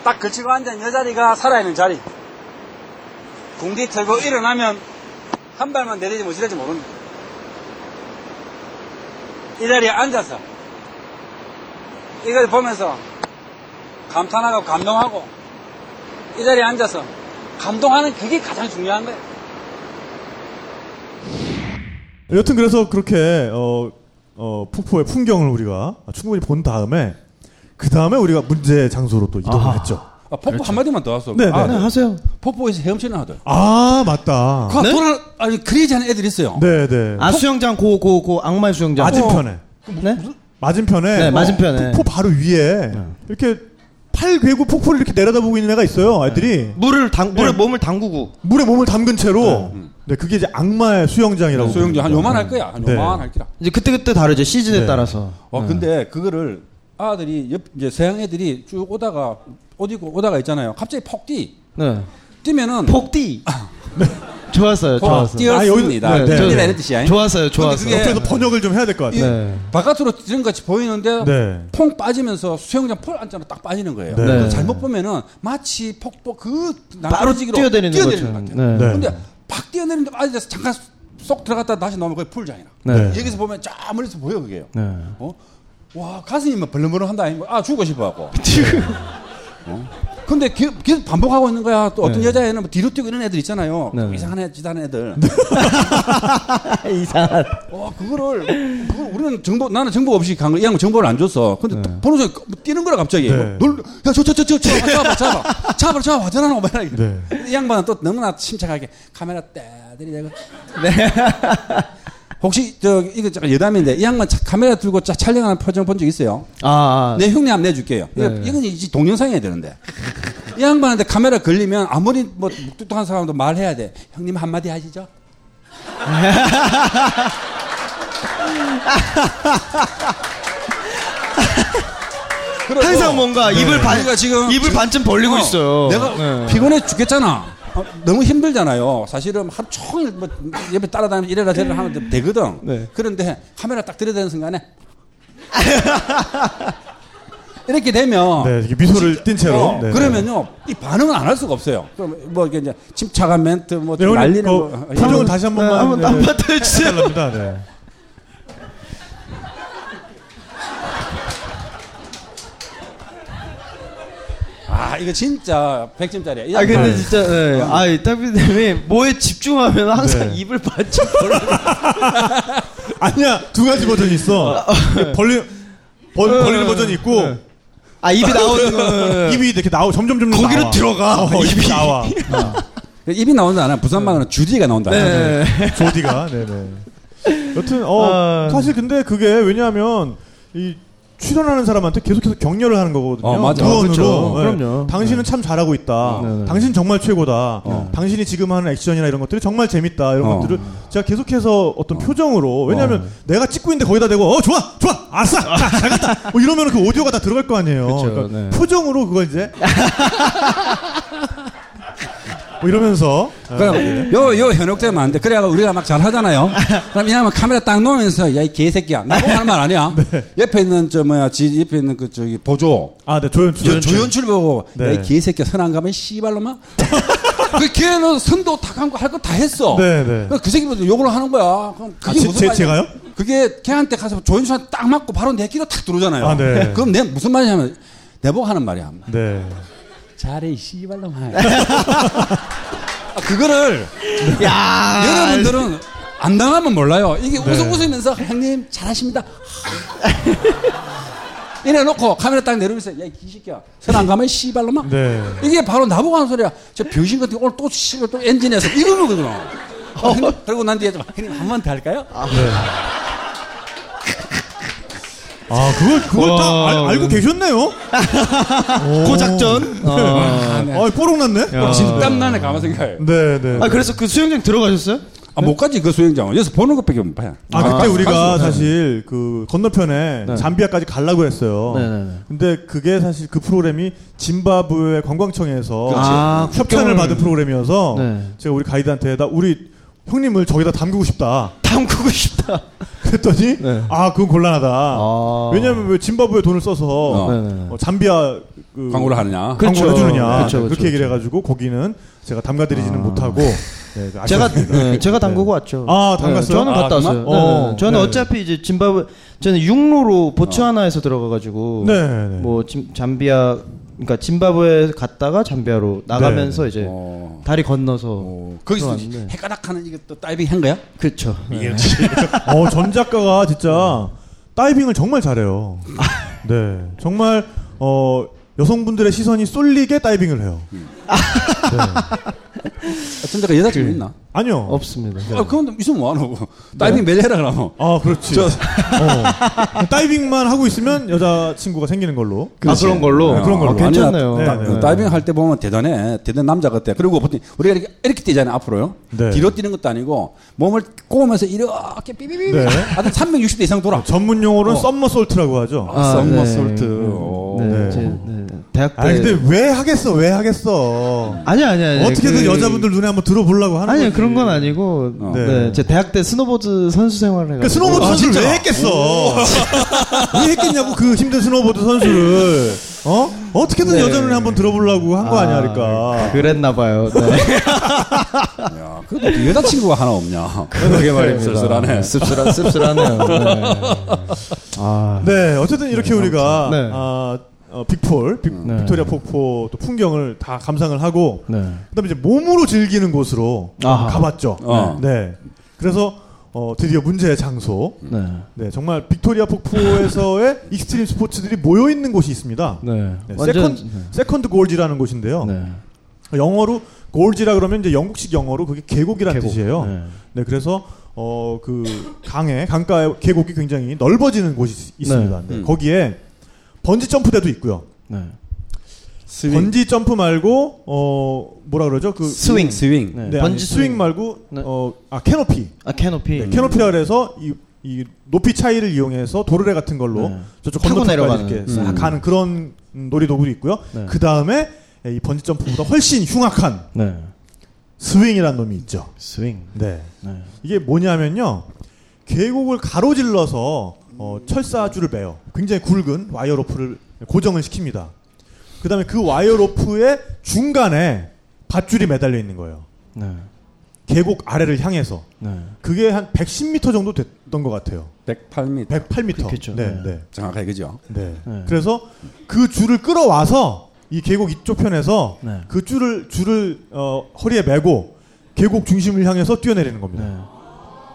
딱 걸치고 앉아 있는 이 자리가 살아있는 자리. 공기 틀고 일어나면 한 발만 내리지 뭐 못이될지 모릅니다. 이 자리에 앉아서 이걸 보면서 감탄하고 감동하고 이 자리에 앉아서 감동하는 그게 가장 중요한 거예요.
여튼 그래서 그렇게 어, 어, 폭포의 풍경을 우리가 충분히 본 다음에 그 다음에 우리가 문제 장소로 또 이동을
아하.
했죠.
<laughs> 아, 폭포 한마디만 더 왔어.
네,
아,
네.
네, 하세요.
폭포에서 헤엄치는 아들.
아 맞다.
그 돌아, 아니, 크레이지 하는 애들 있어요.
네네.
아 수영장 고 고 고 악마의 수영장.
맞은편에.
네?
맞은편에.
네,
어,
맞은편에. 네.
폭포 바로 위에 이렇게 팔괴구 폭포를 이렇게 내려다보고 있는 애가
네.
있어요. 애들이
물을 당 물에
네.
몸을 담그고.
물에 몸을 담근 채로. 네. 그게 이제 악마의 수영장이라고.
소영주 네, 한
부릅니다.
요만 할 거야. 한
네.
요만 할 거라.
이제 그때 그때 다르죠 시즌에
네.
따라서.
어, 근데 그거를 아들이 옆, 이제 서양 애들이 쭉 오다가, 어디고 오다가 있잖아요. 갑자기 폭 뛰.
네.
뛰면은.
폭디. <laughs> 좋았어요.
폭
좋았어요.
뛰었습니다.
아, 여기- 네,
뛰는
네.
애는 뜻이야.
좋았어요.
근데
좋았어요.
그게-
그래서 번역을 좀 해야 될 것
이
같아요.
네.
바깥으로 뛰는 것 같이 보이는데
네.
퐁 빠지면서 수영장 폴 안쪽으로 딱 빠지는 거예요.
네.
그래서 잘못 보면은 마치 폭포 그
바로
낙지기로
뛰어내리는
뛰어내리는
것처럼.
것 같아요.
네.
근데 팍 뛰어내리는데 빠져서 잠깐 쏙 들어갔다 다시 나오면 거의 풀장이라.
네.
여기서 보면 쫙 멀리서 보여 그게요.
네.
어? 와 가슴이 막 벌렁벌렁한다 아니고 아 죽고
<laughs>
싶어갖고. 어? 근데 계- 계속 반복하고 있는 거야. 또 어떤
네.
여자애는 뭐 뒤로 뛰고 이런 애들 있잖아요.
네.
이상한 애, 지단 애들.
이상한.
와 그거를 그걸 우리는 정보 나는 정보 없이 간 거. 이 양은 정보를 안 줬어. 근데 딱 보는 순간 뭐 뛰는 거라 갑자기.
네.
놀야저저저저 저, 잡아 잡아 잡아 잡아 화전하는 거 말이야.
네.
이 양반은 또 너무나 침착하게 카메라 떼들이대고. 네.
<laughs>
혹시 저 이거 잠깐 여담인데 이 양반 차- 카메라 들고 자, 촬영하는 표정 본 적 있어요?
아, 아.
내 흉내 한번 내줄게요. 이거-
네.
이건 이제 동영상해야 되는데. 이 양반한테 카메라 걸리면 아무리 뭐 묵뚝뚝한 사람도 말해야 돼. 형님 한마디 하시죠. 그리고
항상 뭔가 입을 반
우리가 네. 지금
아, 입을 반쯤 벌리고
어,
있어요. 네.
내가 피곤해 죽겠잖아. 어, 너무 힘들잖아요. 사실은 하루 종일 뭐 옆에 따라다니면 이래라 저래라 하면 되거든.
네.
그런데 카메라 딱 들여다는 순간에 <laughs> 이렇게 되면
네, 이렇게 미소를 띈 채로.
어,
네.
그러면요 이 반응은 안 할 수가 없어요. 그럼 뭐 이게 이제 침착한 멘트 뭐
네,
좀
형님,
날리는
그
거.
표정을 다시 한 번만.
네, 한번 한
네,
번 더 해주세요.
해달랍니다. 네.
아 이거 진짜 100점짜리야.
아 근데 진짜 네. 아이 딱비님이 뭐에 집중하면 항상
네.
입을 반쯤 벌리고 어.
아니야 두 가지 버전이 있어. 벌리 벌, 벌리는 버전이 있고
아 입이 나오는
<laughs>
거는
입이 이렇게 나오 점점 점점
어. 거기로
나와.
들어가.
어, 입이
입이.
나와.
입이 나온다 안 해. 부산 말로는 주디가 나온다.
네.
조디가 네네. 여튼 어
아.
사실 근데 그게 왜냐하면 이 출연하는 사람한테 계속해서 격려를 하는 거거든요.
어, 맞아.
무언으로.
그렇죠.
네.
그럼요.
당신은 참 잘하고 있다.
네, 어. 네.
당신 정말 최고다. 당신이 지금 하는 액션이나 이런 것들이 정말 재밌다. 이런
어.
것들을 제가 계속해서 어떤 표정으로 왜냐하면 내가 찍고 있는데 거기다 대고 어 좋아 좋아 알았어 자, 잘 갔다 뭐 이러면 그 오디오가 다 들어갈 거 아니에요. 그러니까
그렇죠. 네.
표정으로 그걸
<laughs>
이제 뭐 이러면서 네.
그럼 요, 요 현혹되면 안 돼. 그래야 뭐 우리가 막 잘하잖아요. 그럼 왜냐하면 카메라 딱 놓으면서 야 이 개새끼야. 나보고 할 말
<laughs>
아니야.
네.
옆에 있는 저 뭐야 지 옆에 있는 그 저기 보조.
아, 네, 조연,
저
조연,
조연출 보고
네.
야 이 개새끼야 선안 가면 씨발로만. <laughs> 그 걔는 선도 다 감고 할 거 다 했어.
네, 네.
그래서 그 새끼부터 욕을 하는 거야. 그럼 그게
아, 제-
무슨
제-
말이야?
제가요?
그게 걔한테 가서 조연출한테 딱 맞고 바로 내 끼로 탁 들어오잖아요.
아, 네.
그럼 내 무슨 말이냐면 내보고 하는 말이야.
네.
잘해 이
<laughs>
씨발놈아. 아, 그거를
야
아,
여러분들은 안 당하면 몰라요. 이게
네.
웃음 웃으면서 형님 잘하십니다. <laughs> 이래 놓고 카메라 딱 내리면서 야이 기식이야 선 안 가면 씨발놈아.
네.
이게 바로 나보고 하는 소리야. 저 병신 같은 거 오늘 또 씨발 또 엔진에서 이러거든요. 어, 형님, 그리고 난 뒤에 좀 형님 한 번 더 할까요?
아, 그걸, 그걸 다 알, 알고 계셨네요?
고작전.
아, 네.
아, 뽀록 났네?
어, 진짜 땀나네 가만 생각해.
네, 네.
아 그래서 그 수영장 들어가셨어요?
아, 못 가지 그 수영장은 여기서 보는 것밖에 못 봐요.
아, 그때 우리가 사실 그 건너편에 잠비아까지 가려고 했어요.
네, 네, 네.
근데 그게 사실 그 프로그램이 짐바브웨 관광청에서
그렇지. 아,
협찬을
국경을-
받은 프로그램이어서
네.
제가 우리 가이드한테 나 우리 형님을 저기다 담그고 싶다. <laughs>
담그고 싶다.
그랬더니
네.
아 그건 곤란하다.
아.
왜냐면 왜 짐바브웨 돈을 써서
어.
네, 네, 네.
어, 잠비아 그
광고를 하느냐.
그- 그렇죠.
광고를 해주느냐
그렇죠,
그
그렇죠,
렇게 얘기를 해가지고 거기는 제가 담가드리지는 못하고 네,
제가
아쉽습니다.
네, 제가 담그고 왔죠.
아, 담갔어요?
저는
아,
갔다 왔어요.
정말?
네, 네,
어.
네. 저는
네.
어차피 이제 짐바브 저는 육로로 보츠와나에서 들어가가지고
네, 네.
뭐 짐, 잠비아 그러니까 짐바브웨 갔다가 잠비아로 나가면서
네.
이제
어.
다리 건너서
어, 거기서
들어왔는데.
헷가닥하는 이게 또 다이빙 한 거야?
그렇죠.
예. <laughs> 어, 전 작가가 진짜 다이빙을 정말 잘해요. 네. 정말, 어, 여성분들의 시선이 쏠리게 다이빙을 해요.
어쩐 데가 그
그
여자친구 있나?
아니요.
없습니다.
네.
아, 그건 있으면 뭐하노? 다이빙 매일 해라 그러면.
아, 그렇지. 어. 다이빙만 하고 있으면 여자친구가 생기는 걸로.
아 그런 걸로
네,
아, 괜찮네요.
아니야, 다- 네, 네.
그 다이빙 할 때 보면 대단해. 대단 한 남자 같아. 그리고 보통 우리가 이렇게, 이렇게 뛰잖아요, 앞으로요.
네.
뒤로 뛰는 것도 아니고 몸을 꼬으면서 이렇게 삐삐삐.
네.
하여튼 360대 이상 돌아.
전문 용어로는
어.
썸머솔트라고 하죠.
아, 썸머 솔트.
네,
네.
제, 네. 대학 때.
아니, 근데 왜 하겠어? 왜 하겠어?
아니야, 아니야. 아니야.
어떻게든
그-
여자분들 눈에 한번 들어보려고 하는
아니
거지.
그런 건 아니고.
어.
네.
네.
제 대학 때 스노보드 선수 생활을 해가지고. 아,
그러니까 스노보드 선수를 왜 했겠어? 왜 했겠냐고 그 힘든 스노보드 선수를 어 어떻게든 여자를 한번 들어보려고 한 거 아니야, 그러니까.
그랬나 봐요. 네.
야, 그래도 어떻게 여자친구가 하나 없냐.
그러게 말입니다.
쓸쓸하네.
씁쓸하, 씁쓸하네요. 네. 아.
네, 어쨌든 이렇게 우리가
네.
아, 어, 빅폴, 빅,
네.
빅토리아 폭포 또 풍경을 다 감상을 하고
네.
그다음에 이제 몸으로 즐기는 곳으로
아하.
가봤죠.
어.
네, 그래서 어, 드디어 문제의 장소.
네.
네, 정말 빅토리아 폭포에서의 <laughs> 익스트림 스포츠들이 모여 있는 곳이 있습니다.
네.
네,
완전.
세컨, 세컨드 골지라는 곳인데요.
네.
영어로 골지라 그러면 이제 영국식 영어로 그게 계곡이라는
계곡.
뜻이에요.
네.
네, 그래서 어 그 강에 강가의 계곡이 굉장히 넓어지는 곳이 있- 있습니다. 네,
음.
거기에 번지 점프대도 있고요.
네.
스윙.
번지 점프 말고 어 뭐라 그러죠? 그
스윙.
스윙.
네.
네, 번지
번지
스윙, 말고
네.
어아 캐노피.
아 캐노피.
네, 캐노피라 그래서 이, 이 높이 차이를 이용해서 도르래 같은 걸로
네.
저쪽
타고
건너편까지
내려가는.
이렇게 싹
음.
가는 그런 음, 놀이도구도 있고요.
네.
그 다음에 이 번지 점프보다 훨씬 흉악한
네.
스윙이라는 놈이 있죠.
스윙.
네.
네.
이게 뭐냐면요. 계곡을 가로질러서 어, 철사줄을 매요. 굉장히 굵은 와이어 로프를 고정을 시킵니다. 그다음에 그 와이어 로프의 중간에 밧줄이 매달려 있는 거예요.
네.
계곡 아래를 향해서
네.
그게 한 110m 정도 됐던 것 같아요.
108m.
108m.
그렇겠죠.
네,
네.
네.
정확하게 그죠?
네.
네.
그래서 그 줄을 끌어와서 이 계곡 이쪽 편에서
네.
그 줄을 줄을 어, 허리에 메고 계곡 중심을 향해서 뛰어내리는 겁니다.
네.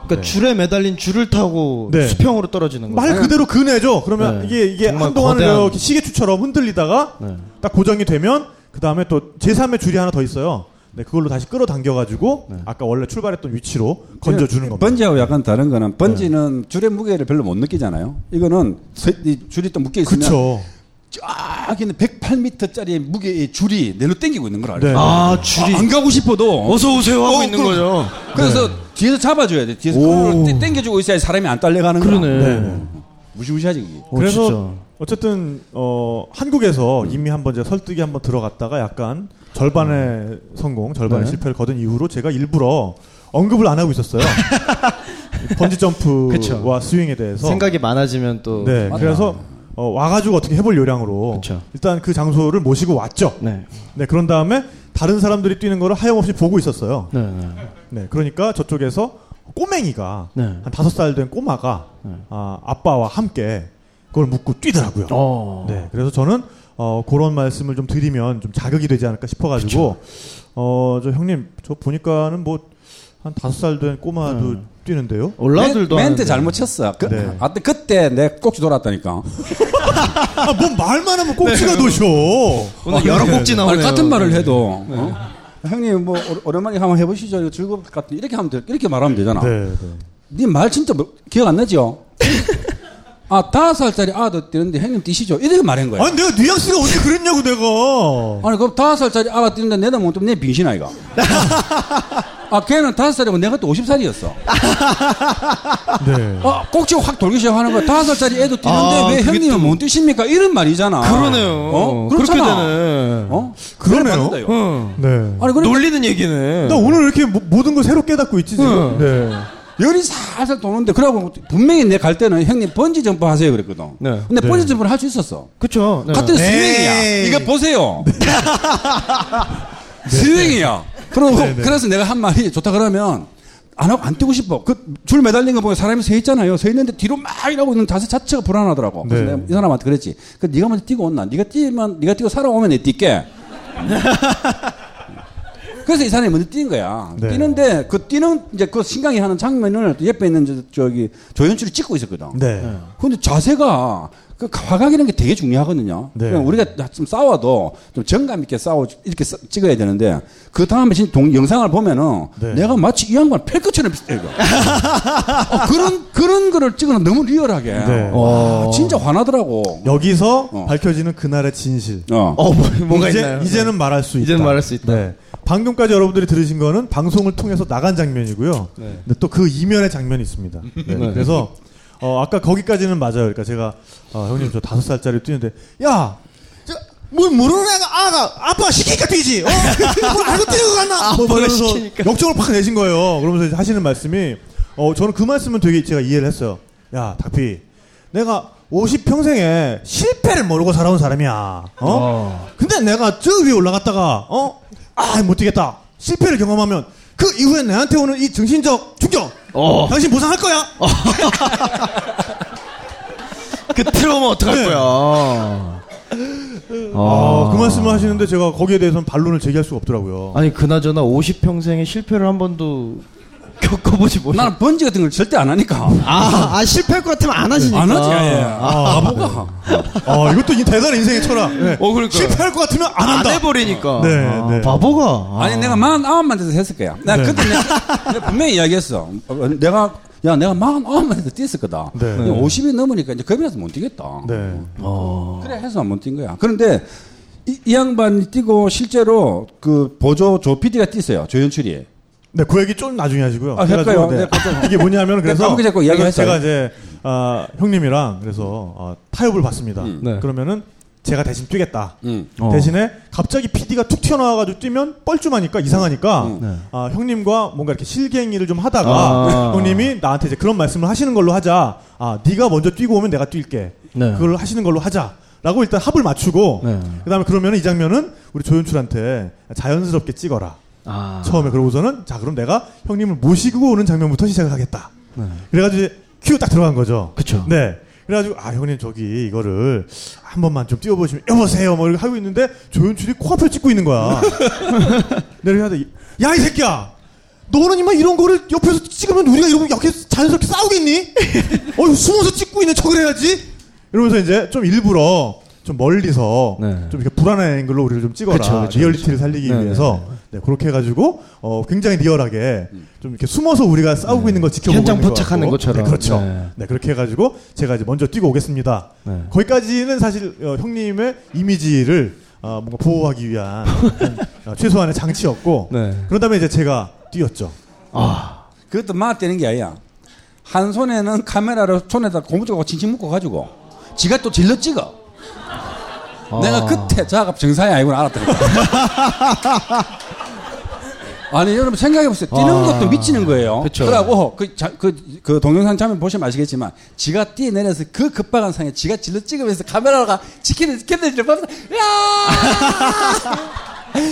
그러니까 줄에 매달린 줄을 타고
네.
수평으로 떨어지는 거예요.
말 그대로 그네죠. 그러면
네.
이게 이게
정말
한동안
거대한-
이렇게 시계추처럼 흔들리다가
네.
딱 고정이 되면 그 다음에 또 제3의 줄이 하나 더 있어요. 네, 그걸로 다시 끌어당겨가지고
네.
아까 원래 출발했던 위치로 건져주는 겁니다.
번지하고 약간 다른 거는 번지는 줄의 무게를 별로 못 느끼잖아요. 이거는 세- 이 줄이 또 묶여 있으면
그쵸.
쫙 있는 108m짜리 무게의 줄이 내로 당기고 있는 걸 알죠.
네.
아 줄이
아, 안 가고 싶어도
어서 오세요 하고
어,
있는
그럼-
거죠.
그래서
네.
뒤에서 잡아줘야 돼. 뒤에서
오.
끌 땡겨주고 있어야지 사람이 안 딸려가는 거야.
그러네.
무시무시하지 그게.
어,
그래서
진짜. 음.
어쨌든 어, 한국에서 이미 한번 제가 설득이 한번 들어갔다가 약간 절반의 성공, 절반의
네.
실패를 거둔 이후로 제가 일부러 언급을 안 하고
<laughs>
있었어요. 번지 점프와
그쵸.
스윙에 대해서
생각이 많아지면 또
네, 그래서 어, 와가지고 어떻게 해볼 요량으로
그쵸.
일단 그 장소를 모시고 왔죠. 네.
네.
그런 다음에 다른 사람들이 뛰는 거를 하염없이 보고 있었어요.
네, 네.
네, 그러니까 저쪽에서 꼬맹이가
네.
한 다섯 살 된 꼬마가 아, 아빠와 함께 그걸 묶고 뛰더라고요.
어.
네, 그래서 저는 어, 그런 말씀을 좀 드리면 좀 자극이 되지 않을까 싶어가지고 어, 저 형님 저 보니까는 뭐 한 다섯 살 된 꼬마도
네.
뛰는데요.
어. 올라들도
멘-
하는데.
멘트 잘못 쳤어. 그,
네.
아, 그때 내
<laughs>
꼭지 돌았다니까.
아, 뭔 말만 하면
네.
꼭지가 도셔.
오늘 여러 꼭지 나오네요. 네.
아니, 같은 말을 해도. 어? 형님 뭐 오- 오랜만에 한번 해보시죠. 이거 즐거울 것 같은 이렇게 하면 돼. 이렇게 말하면 되잖아.
네, 네.
네 말 진짜 뭐- 기억
<laughs>
안 나죠? 아 다섯 살짜리 아들 뛰는데 형님 뛰시죠. 이렇게 말한 거야.
네. 아니 내가 뉘앙스가 언제 그랬냐고 내가.
네. 아니 그럼 다섯 살짜리 아가 뛰는데 내다 못 뛰면 내
<laughs>
빙신 아이가. 아 걔는 다섯 살이고 내가 또 오십 살이었어.
네.
아, 꼭지 확 돌기 시작하는 거야. 다섯 살짜리 애도 뛰는데
아,
왜
그게
형님은 못 뛰십니까? 이런 말이잖아.
그러네요.
어?
그렇게
그렇잖아.
되네.
어?
그러네요.
그래 받는다, 이거.
어.
네.
아니 그러니까
놀리는 얘기네.
나 오늘 이렇게 모- 모든 걸 새로 깨닫고 있지 지금. 네.
열이 살살 도는데 그러고 분명히 내 갈 때는 형님 번지 점프 하세요 그랬거든.
네.
근데
네.
번지 점프를 할 수 있었어.
그쵸. 네.
같은
네.
스윙이야. 이거 보세요. <laughs> 스윙이야. 그러고 그래서 내가 한 말이 좋다 그러면 안 하고 안 뛰고 싶어. 그 줄 매달린 거 보면 사람이 서 있잖아요. 서 있는데 뒤로 막 이러고 있는 자세 자체가 불안하더라고. 그래서
네.
내가 이 사람한테 그랬지. 그 네가 먼저 뛰고 온나. 네가 뛰면 네가 뛰고 살아오면 내 뛸게. 그래서 이 사람이 먼저 뛴 거야.
네.
뛰는데 그 뛰는 이제 그 신강이 하는 장면을 옆에 있는 저- 저기 조연출이 찍고 있었거든.
네.
근데 자세가 그 화각이라는 게 되게 중요하거든요.
네.
그냥 우리가 좀 싸워도 좀 정감 있게 싸워 이렇게 싸- 찍어야 되는데 그 다음에 진짜 동- 영상을 보면은
네.
내가 마치 이 양반 펠크처럼
<laughs>
비슷해요. 이거. 어, 그런 그런 거를 찍으면 너무 리얼하게.
네.
와, 진짜 화나더라고.
여기서
어.
밝혀지는 그날의 진실.
어.
어, <laughs> 뭐, 뭔가
이제,
있나요?
이제는 말할 수 있다.
이제는 말할 수 있다.
네. 방금까지 여러분들이 들으신 거는 방송을 통해서 나간 장면이고요. 근데 또 그 이면의 장면이 있습니다. 네.
<laughs> 네.
그래서 어, 아까 거기까지는 맞아요. 그러니까 제가 어, 형님 저 다섯 살짜리 뛰는데 야. 저, 뭐 모르는 애가 아가 아빠 시키니까 뛰지 어? <laughs> 뭘 알고 뛰는 거 같나 뭐
아빠가
이러면서
시키니까.
역적으로 팍 내신 거예요 그러면서 이제 하시는 말씀이 어 저는 그 말씀은 되게 제가 이해를 했어요 야 닭피 내가 50평생에 실패를 모르고 살아온 사람이야 어?
어.
근데 내가 저 위에 올라갔다가 어? 아, 못 뛰겠다. 실패를 경험하면 그 이후에 나한테 오는 이 정신적 충격.
어.
당신 보상할 거야.
그 트라우마 어떡할
네.
거야.
아, 그 말씀을 하시는데 제가 거기에 대해서는 반론을 제기할 수가 없더라고요.
아니 그나저나 50평생에 실패를 한 번도 겪어보지 못해.
나는 번지 같은 걸 절대 안 하니까.
아, 아 실패할 것 같으면 안 하시니까.
안 하지. 아예.
아,
바보가.
아, 이것도 이 대단한 인생의 철학. 네.
어, 그러니까요.
실패할 것 같으면 안
안
한다.
해버리니까.
네,
아,
네.
바보가.
아니 내가 만 아홉만 돼서 했을 거야. 내가
네.
그때 내가,
<laughs>
내가 분명히 이야기했어. 어, 내가 야 내가 만 아홉만 돼서 뛰었을 거다.
네.
50이 넘으니까 이제 겁이 나서 못 뛰겠다.
네.
그래 해서 못 뛴 거야. 그런데 이, 이 양반이 뛰고 실제로 그 보조 조 PD가 뛰었어요. 조연출이.
네, 그 얘기 좀 나중에 하시고요.
아,
그래가지고,
할까요? 네,
이게 뭐냐면 그래서
까먹게 자꾸
제가,
이야기했어요.
제가 이제 아, 형님이랑 그래서 어, 타협을 받습니다.
네.
그러면은 제가 대신 뛰겠다.
음.
어.
대신에 갑자기 PD가 툭 튀어나와가지고 뛰면 뻘쭘하니까 이상하니까
음.
아, 형님과 뭔가 이렇게 실갱이를 좀 하다가
네. 아.
형님이 나한테 이제 그런 말씀을 하시는 걸로 하자. 아, 네가 먼저 뛰고 오면 내가 뛸게.
네.
그걸 하시는 걸로 하자. 라고 일단 합을 맞추고
네.
그다음에 그러면은 이 장면은 우리 조연출한테 자연스럽게 찍어라.
아.
처음에 그러고서는 자 그럼 내가 형님을 모시고 오는 장면부터 시작을 하겠다. 그래가지고 이제 큐 딱 들어간 거죠.
네. 그쵸.
네. 그래가지고 아 형님 저기 이거를 한 번만 좀 띄워보시면 여보세요 뭐 이렇게 하고
<laughs>
있는데 조연출이 코앞을 찍고 있는 거야. 내려야 돼. 야이 새끼야. 너는 이만 이런 거를 옆에서 찍으면 우리가 이러고 이렇게 자연스럽게
<laughs>
싸우겠니? 어휴 숨어서 찍고 있는 척을 해야지. 이러면서 이제 좀 일부러 좀 멀리서
네.
좀 이렇게 불안한 앵글로 우리를 좀 찍어라
그쵸, 그쵸,
리얼리티를 살리기
네,
위해서 네, 그렇게 해가지고 어, 굉장히 리얼하게 좀 이렇게 숨어서 우리가 싸우고 있는 거 지켜보고
네. 현장
있는 것
포착하는
같고.
것처럼.
네, 그렇죠.
네.
네. 그렇게 해가지고 제가 이제 먼저 뛰고 오겠습니다.
네.
거기까지는 사실 어, 형님의 이미지를 어, 뭔가 보호하기 위한
<laughs>
그런, 어, 최소한의 장치였고
네.
그런 다음에 이제 제가 뛰었죠.
그것도 맞대는 게 아니야. 한 손에는 카메라를 손에다 고무줄하고 칭칭 묶어 가지고 지가 또 질러 찍어.
아.
내가 그때 자갑 정상이 아니구나 알았다니까.
<laughs>
아니 여러분 생각해보세요. 뛰는 것도 미치는 거예요.
그쵸.
그러고 그, 자- 그, 그 동영상 참여 보시면 아시겠지만 지가 뛰어내려서 그 급박한 상에 지가 질러 찍으면서 카메라가 지키는 지키는 보면서
<laughs>
야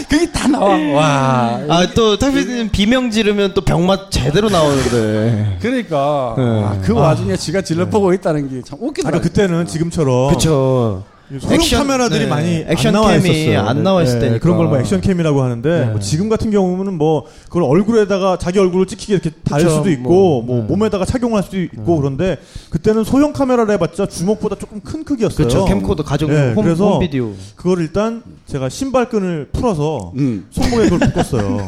그게 다 나와. 와.
아또 탁피디님 비명 지르면 또 병맛 제대로 <laughs> 나오는데.
그러니까
네.
아, 그 와중에 지가 질러보고 있다는 게 참
네.
웃기다.
아까 그러니까 그때는
어.
지금처럼
그쵸.
소형 카메라들이
네.
많이
액션
안 나와
캠이
있었어요.
안 나와 네, 있을 때니까.
그런 걸 뭐 액션 캠이라고 하는데
네.
뭐 지금 같은 경우는 뭐 그걸 얼굴에다가 자기 얼굴을 찍히게 이렇게 달
그쵸,
수도
뭐,
있고 뭐
네.
몸에다가 착용할 수도 있고 그런데 그때는 소형 카메라를 해봤자 주먹보다 조금 큰 크기였어요.
그쵸. 캠코더 가족
네,
홈,
그래서
홈비디오.
그걸 일단 제가 신발끈을 풀어서
음.
손목에 그걸
<laughs>
묶었어요.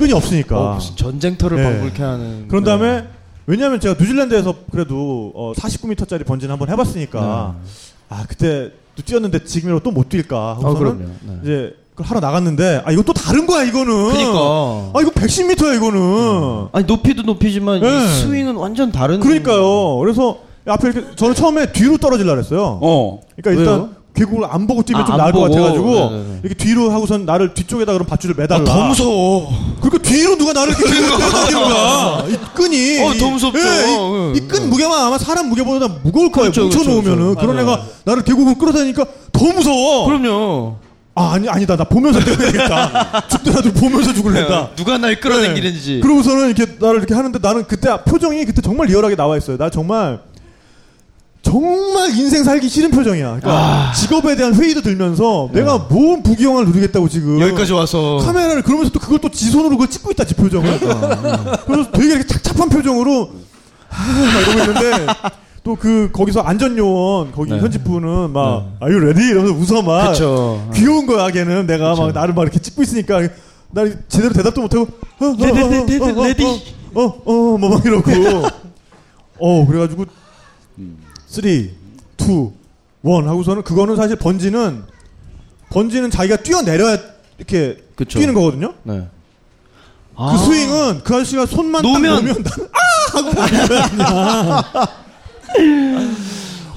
끈이 없으니까.
어, 무슨 전쟁터를
네.
방불케 하는.
그런 다음에 왜냐하면 제가 뉴질랜드에서 그래도 어, 49m짜리 번지는 한번 해봤으니까
네.
아 그때 또 뛰었는데 지금이라도 또 못 뛸까
어,
하고서는
그럼요. 네.
이제 그걸 하러 나갔는데 아 이거 또 다른 거야 이거는
그니까. 음.
아 이거 110m야 이거는
아니 높이도 높이지만
네.
이 스윙은 완전 다른.
그러니까요 그래서 앞에 이렇게 저는 처음에 뒤로 떨어질라 그랬어요
어.
그러니까 일단
왜요?
계곡을 안 보고 뛰면
아,
좀
안
나을 것
보고.
같아가지고
네네네. 아,
이렇게 뒤로 하고선 나를 뒤쪽에다 그럼 밧줄을 매달라
더 무서워.
그러니까 뒤로 누가 나를 이렇게 끌어당기는
<laughs>
거야. 이 끈이. 예,
어,
이-
더 무섭죠. 응,
이 끈 무게만 아마 사람 무게보다 무거울 거예요.
그렇죠,
뭉쳐놓으면은.
그렇죠,
그런
맞아요.
애가 나를 계곡으로 끌어다니니까 더 무서워.
그럼요.
아, 아니, 아니다. 나 보면서
<laughs>
죽어야겠다. 죽더라도 보면서 죽을래다.
그러니까 누가 날 끌어당기는지.
네. 그러고서는 이렇게 나를 이렇게 하는데 나는 그때 표정이 그때 정말 리얼하게 나와 있어요. 나 정말 정말 인생 살기 싫은 표정이야.
아.
그러니까 직업에 대한 회의도 들면서 내가 뭔 부귀영화를 누리겠다고 지금
네. 여기까지 와서
카메라를 그러면서 또 그걸 또 지 손으로 그걸 찍고 있다 지
<laughs>
표정을 어. 그래서 되게 이렇게 착잡한 표정으로 하, 막 이러고 있는데 또 그 거기서 안전요원 거기
네.
현지 분은 막 아유 레디 이러면서 웃어 막
그쵸.
귀여운 거야 걔는 내가 막 나를 막 이렇게 찍고 있으니까 나 제대로 대답도 못하고 어, 어,
레디,
어, 어,
레디,
어, 어,
레디.
어어뭐 막 이러고 어 그래가지고 3, 2, 1 하고서는 그거는 사실 번지는 번지는 자기가 뛰어내려야 이렇게
그쵸.
뛰는 거거든요.
네.
그 스윙은 그 아저씨가 손만 놓으면, 딱
아. 놓으면-
놓으면 나는
<laughs>
아! 하고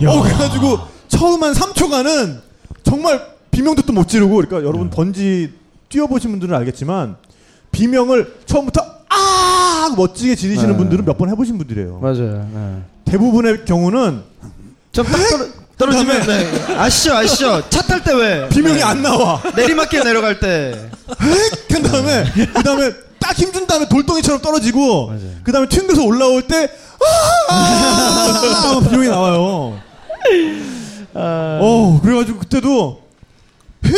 어, 그래가지고 처음 한 3초간은 정말 비명도 못 지르고 그러니까 여러분
네.
번지 뛰어보신 분들은 알겠지만 비명을 처음부터 아! 하고 멋지게 지르시는
네.
분들은 몇 번 해보신 분들이에요.
맞아요. 네.
대부분의 경우는
좀딱 떨어, 지면 네. 아시죠, 아시죠. 차 탈 때 왜?
비명이 안 나와.
내리막길 내려갈 때.
그 다음에 그 다음에 딱 힘준 다음에 돌덩이처럼 떨어지고 그 다음에 튕겨서 올라올 때 아! 비용이 나와요.
아.
어 그래가지고 그때도 휙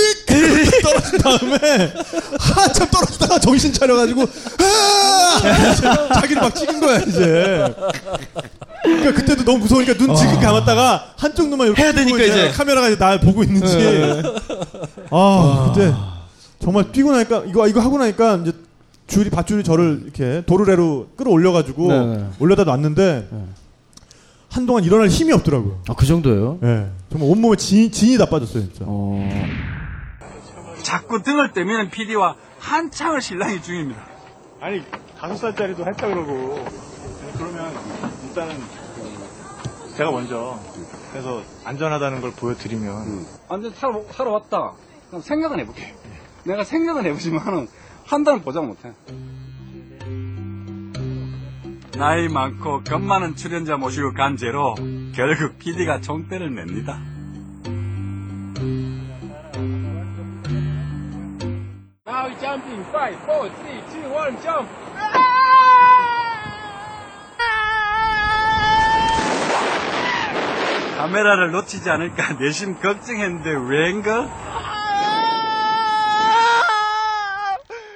떨어진 다음에 한참 떨어지다가 정신 차려가지고 아! 자기를 막 찍은 거야 이제. 그러니까 그때도 너무 무서우니까 눈 지금 감았다가 한쪽 눈만 이렇게
어. 해야
뜨고
되니까 이제. 네.
카메라가 이제 날 보고 있는지. 아 그때 정말 뛰고 나니까 이거 이거 하고 나니까 이제 줄이 밧줄이 저를 이렇게 도르래로 끌어올려가지고
네네. 네.
올려다 놨는데 한동안 일어날 힘이 없더라고요.
아, 그 정도예요?
예, 정말 온몸에 진, 진이 다 빠졌어요 진짜.
자꾸 등을 떼미는 PD와 한창을 실랑이 중입니다.
아니 다섯 살짜리도 했다 그러고 그러면 일단은 제가 먼저 그래서 안전하다는 걸 보여드리면
완전 타러, 타러 왔다. 그럼 생각은 해볼게. 내가 생각은 해보지만은 한다는 보장 못해. 나이 많고 겁 많은 출연자 모시고 간 죄로 결국 PD가 총대를 냅니다.
Now jumping. Five, four, three, two, one, jump.
카메라를 놓치지 않을까 <laughs> 내심 걱정했는데 웬걸?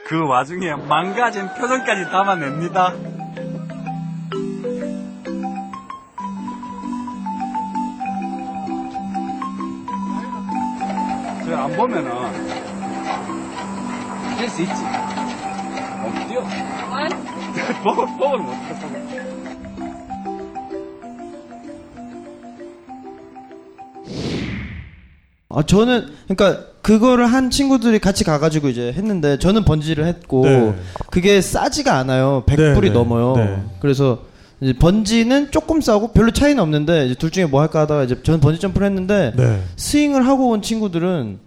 그 와중에 망가진 표정까지 담아냅니다. 저 안 보면은 뛸 수 있지. 못 뛰어. 보고 보고 못 뛰어.
아 저는 그러니까 그거를 한 친구들이 같이 가가지고 이제 했는데 저는 번지를 했고
네.
그게 싸지가 않아요.
네,
100불이
네,
넘어요.
네.
그래서 이제 번지는 조금 싸고 별로 차이는 없는데 이제 둘 중에 뭐 할까 하다가 이제 저는 번지 점프를 했는데
네.
스윙을 하고 온 친구들은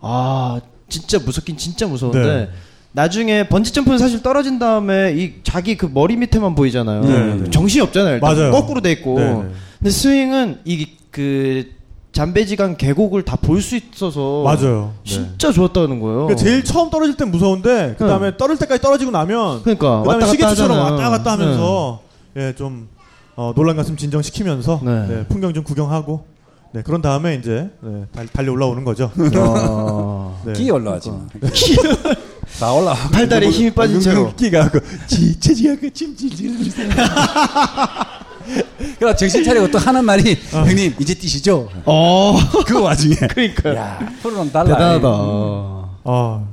아 진짜 무섭긴 진짜 무서운데
네.
나중에 번지 점프는 사실 떨어진 다음에 이 자기 그 머리 밑에만 보이잖아요.
네, 네.
정신이 없잖아요. 일단
맞아요.
거꾸로 돼 있고.
네, 네.
근데 스윙은 이 그 잠베지강 계곡을 다 볼 수 있어서
맞아요. 네.
진짜 좋았다는 거예요.
그러니까 제일 처음 떨어질 땐 무서운데 그 다음에 떨어질 때까지 떨어지고 나면
네. 그러니까
그다음에
왔다 갔다
시계추처럼 왔다
하잖아요.
갔다 하면서 예 좀 어, 놀란 가슴 진정시키면서
네.
네, 풍경 좀 구경하고 네 그런 다음에 이제 네, 달, 달려 올라오는
<laughs>
거죠.
그 아.
네.
끼 올라가지. 다 올라.
팔다리에 힘이 빠진
음,
채로.
끼가 그 지체지가 그 찜질질. 그럼 그러니까 정신 차리고 또 하는 말이 형님 이제 뛰시죠.
어. <laughs>
그 와중에.
그러니까
아,
야 음. 프로는 달라.
대단하다.
아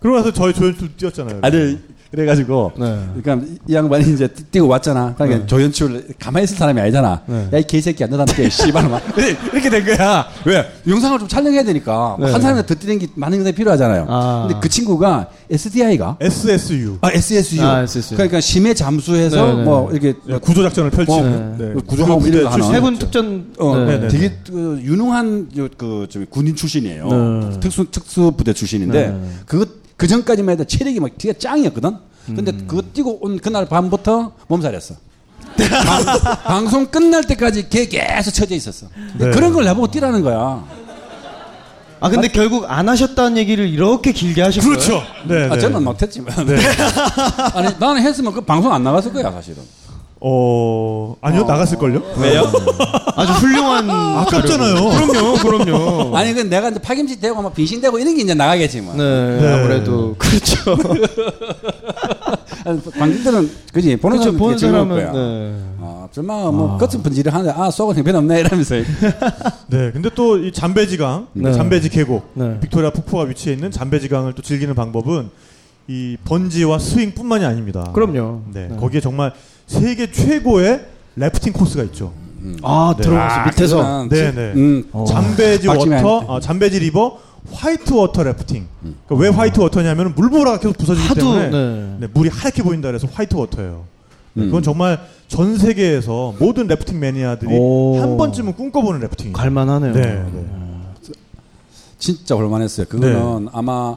그러고 나서 저희 조연출 뛰었잖아요.
아니 네. 그래가지고
네.
그러니까 이 양반이 이제 뛰- 뛰고 왔잖아. 그러니까 조연출 가만히 있을 사람이 아니잖아. 야 이 개새끼야 너한게 <laughs> 씨발 막 네. 이렇게 된 거야. 왜 영상을 좀 촬영해야 되니까
네.
한 사람이라 더 뛰는 게 많은 영상이 필요하잖아요.
아.
근데 그 친구가 SDI가
SSU
아 SSU.
아, SSU.
그러니까 심해 잠수해서
네, 네.
뭐 이렇게
네, 구조 작전을
어,
펼치는
그
네. 구조하고
구조
이런
부대
거 하나.
출신.
해군 특전.
어,
네.
네네.
되게 그, 유능한 요- 그 저기 군인 출신이에요.
네.
특수 특수 부대 출신인데
네.
그거 그 전까지만 해도 체력이 막 되게 짱이었거든. 근데 그거 뛰고 온 그날 밤부터 몸살이었어. 방- 방송 끝날 때까지 걔 계속 처져 있었어.
네.
그런 걸 나보고 뛰라는 거야.
아 근데 결국 안 하셨다는 얘기를 이렇게 길게 하셨어요.
그렇죠. 네.
아,
네.
저는 못했지만. <laughs> 아니, 나는 했으면 그 방송 안 나갔을 거야, 사실은.
어 아니요 나갔을 걸요.
왜요?
아주 훌륭한.
<laughs> 아깝잖아요. <laughs>
네, 그럼요, 그럼요.
아니, 그 내가 이제 파김치 대고 막 빙신대고 이런 게 이제 나가겠지만. 뭐.
네,
네.
아무래도 <laughs> 그렇죠.
아니, 관객들은, 그지? 보는
그렇죠.
사람은
본
되게 즐거울
사람은
거야.
네.
아, 정말 뭐 겉은 분질을 하는데 아 속은 형편없네 이러면서
네, 근데 또 이 잠베지강,
네.
잠베지 계곡,
네.
빅토리아 폭포가 위치해 있는 잠베지강을 또 즐기는 방법은 이 번지와 스윙뿐만이 아닙니다.
그럼요.
네,
네.
거기에 정말 세계 최고의 래프팅 코스가 있죠.
아 들어갔어 밑에서.
그냥
네,
지-
네.
음,
잠베지
박지민
워터,
아닙니다.
아, 잠베지 리버 화이트 워터 래프팅. 그러니까 왜 화이트 워터냐면 물보라가 계속 부서지기
하도,
때문에
네.
네, 물이 하얗게 보인다 그래서 화이트 워터예요. 네,
음.
그건 정말 전 세계에서 모든 래프팅 매니아들이
오.
한 번쯤은 꿈꿔보는 래프팅.
갈만하네요.
네, 네.
진짜 볼만했어요. 그거는 아마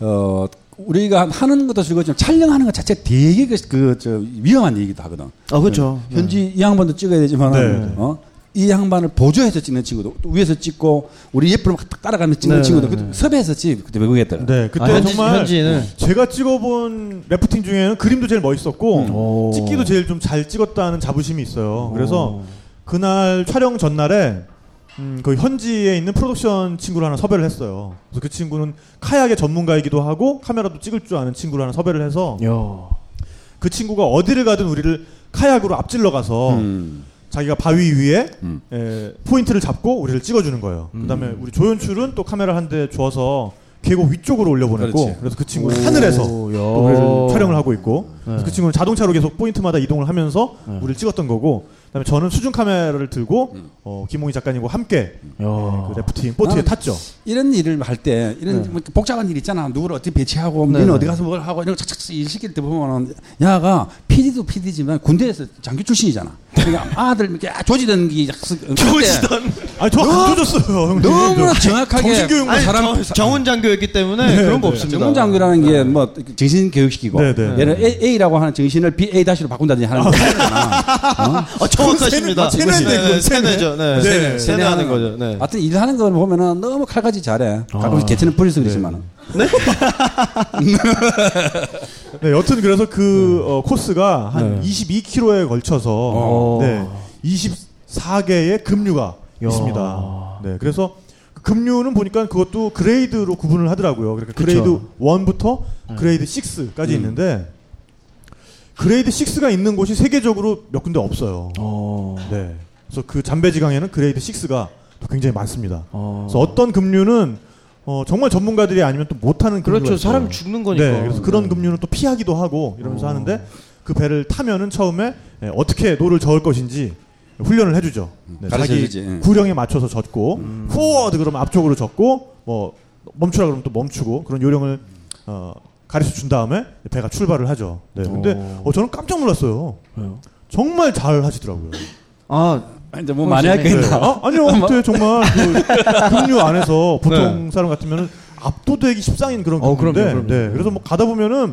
어 우리가 하는 것도 즐거지만 촬영하는 것 자체 되게 그저 위험한 일이기도 하거든.
아 그렇죠.
현지 이 양반도 찍어야 되지만
네.
어. 이 양반을 보조해서 찍는 친구도 또 위에서 찍고 우리 옆으로 막 따라가면서 찍는
네,
친구도
네,
그때 섭외해서 찍 그때 외국 애들
네, 그때
아, 현지-
정말 음.
현지는?
제가 찍어본 래프팅 중에는 그림도 제일 멋있었고
음. 오.
찍기도 제일 좀 잘 찍었다는 자부심이 있어요. 그래서 그날 촬영 전날에 음, 그 현지에 있는 프로덕션 친구를 하나 섭외를 했어요. 그래서 그 친구는 카약의 전문가이기도 하고 카메라도 찍을 줄 아는 친구를 하나 섭외를 해서
예. 네. 야.
그 친구가 어디를 가든 우리를 카약으로 앞질러 가서
음.
자기가 바위 위에
음.
에, 포인트를 잡고 우리를 찍어주는 거예요. 그다음에 우리 조연출은 또 카메라 한 대 줘서 계곡 위쪽으로 올려보냈고
그렇지.
그래서그 친구는 하늘에서
야.
또 우리를 촬영을 하고 있고
네.
그래서 그 친구는 자동차로 계속 포인트마다 이동을 하면서 우리를 찍었던 거고 그다음에 저는 수중 카메라를 들고
음.
어, 김홍희 작가님과 함께
야.
그 래프팅 보트에
나는-
탔죠.
이런 일을 할 때 이런 뭐 이렇게 복잡한 일 있잖아 누구를 어떻게 배치하고
네,
너는
네.
어디 가서 뭘 하고 이런 거 착착 일 시킬 때 보면은 야가 PD도 PD지만 군대에서 장교 출신이잖아 그러니까 아들 이렇게 조지던 게 조지던
네. 아니 저안 조졌어요. 형님.
너무나
저-
정확하게
정신교육만
아니,
사람
저-
정훈 장교였기 때문에 그런 거 없습니다.
전문 장교라는 게 뭐 정신 교육시키고
네, 네.
얘는 A, A라고 하는 정신을 B A 다시로 바꾼다든지 하는 어? 거잖아
아, 정확하십니다.
아, 세뇌인데,
네, 네,
그건 세뇌.
세뇌죠. 네.
네.
세뇌. 세뇌하는 거죠. 네.
하여튼 일하는 걸 보면은 너무 칼같이 잘해 가끔 개체는 부릴 수 있지만은
네, 여튼 그래서 그 어, 코스가 한 22km에 걸쳐서
네. 어.
네, 24개의 급류가 있습니다. 네, 그래서 급류는 보니까 그것도 그레이드로 구분을 하더라고요. 그러니까 그레이드
그쵸. 네. 음.
1부터 그레이드 6까지 있는데 그레이드 6가 있는 곳이 세계적으로 몇 군데 없어요.
어.
네. 그래서 그 잠베지강에는 그레이드 6가 굉장히 많습니다.
어.
그래서 어떤 급류는 어, 정말 전문가들이 아니면 또 못하는 급류가
그렇죠.
있어요.
사람 죽는 거니까.
네, 그래서 그런 급류는 또 피하기도 하고 이러면서 하는데 그 배를 타면은 처음에 예, 어떻게 노를 저을 것인지 훈련을 해주죠. 네, 자기
가르쳐주지, 예.
구령에 맞춰서 젓고 포워드 그러면 앞쪽으로 젓고 뭐 멈추라 그러면 또 멈추고 그런 요령을 어, 가르쳐 준 다음에 배가 출발을 하죠. 네, 근데 어, 저는 깜짝 놀랐어요.
왜요?
정말 잘 하시더라고요.
아,
아, 이제 뭐 많이 할게
네.
있나?
아, 아니요, 그때 정말 그 급류 안에서 보통 사람 같으면 압도되기 십상인 그런
어,
급류인데,
그럼요, 그럼요.
네, 그래서 뭐 가다 보면은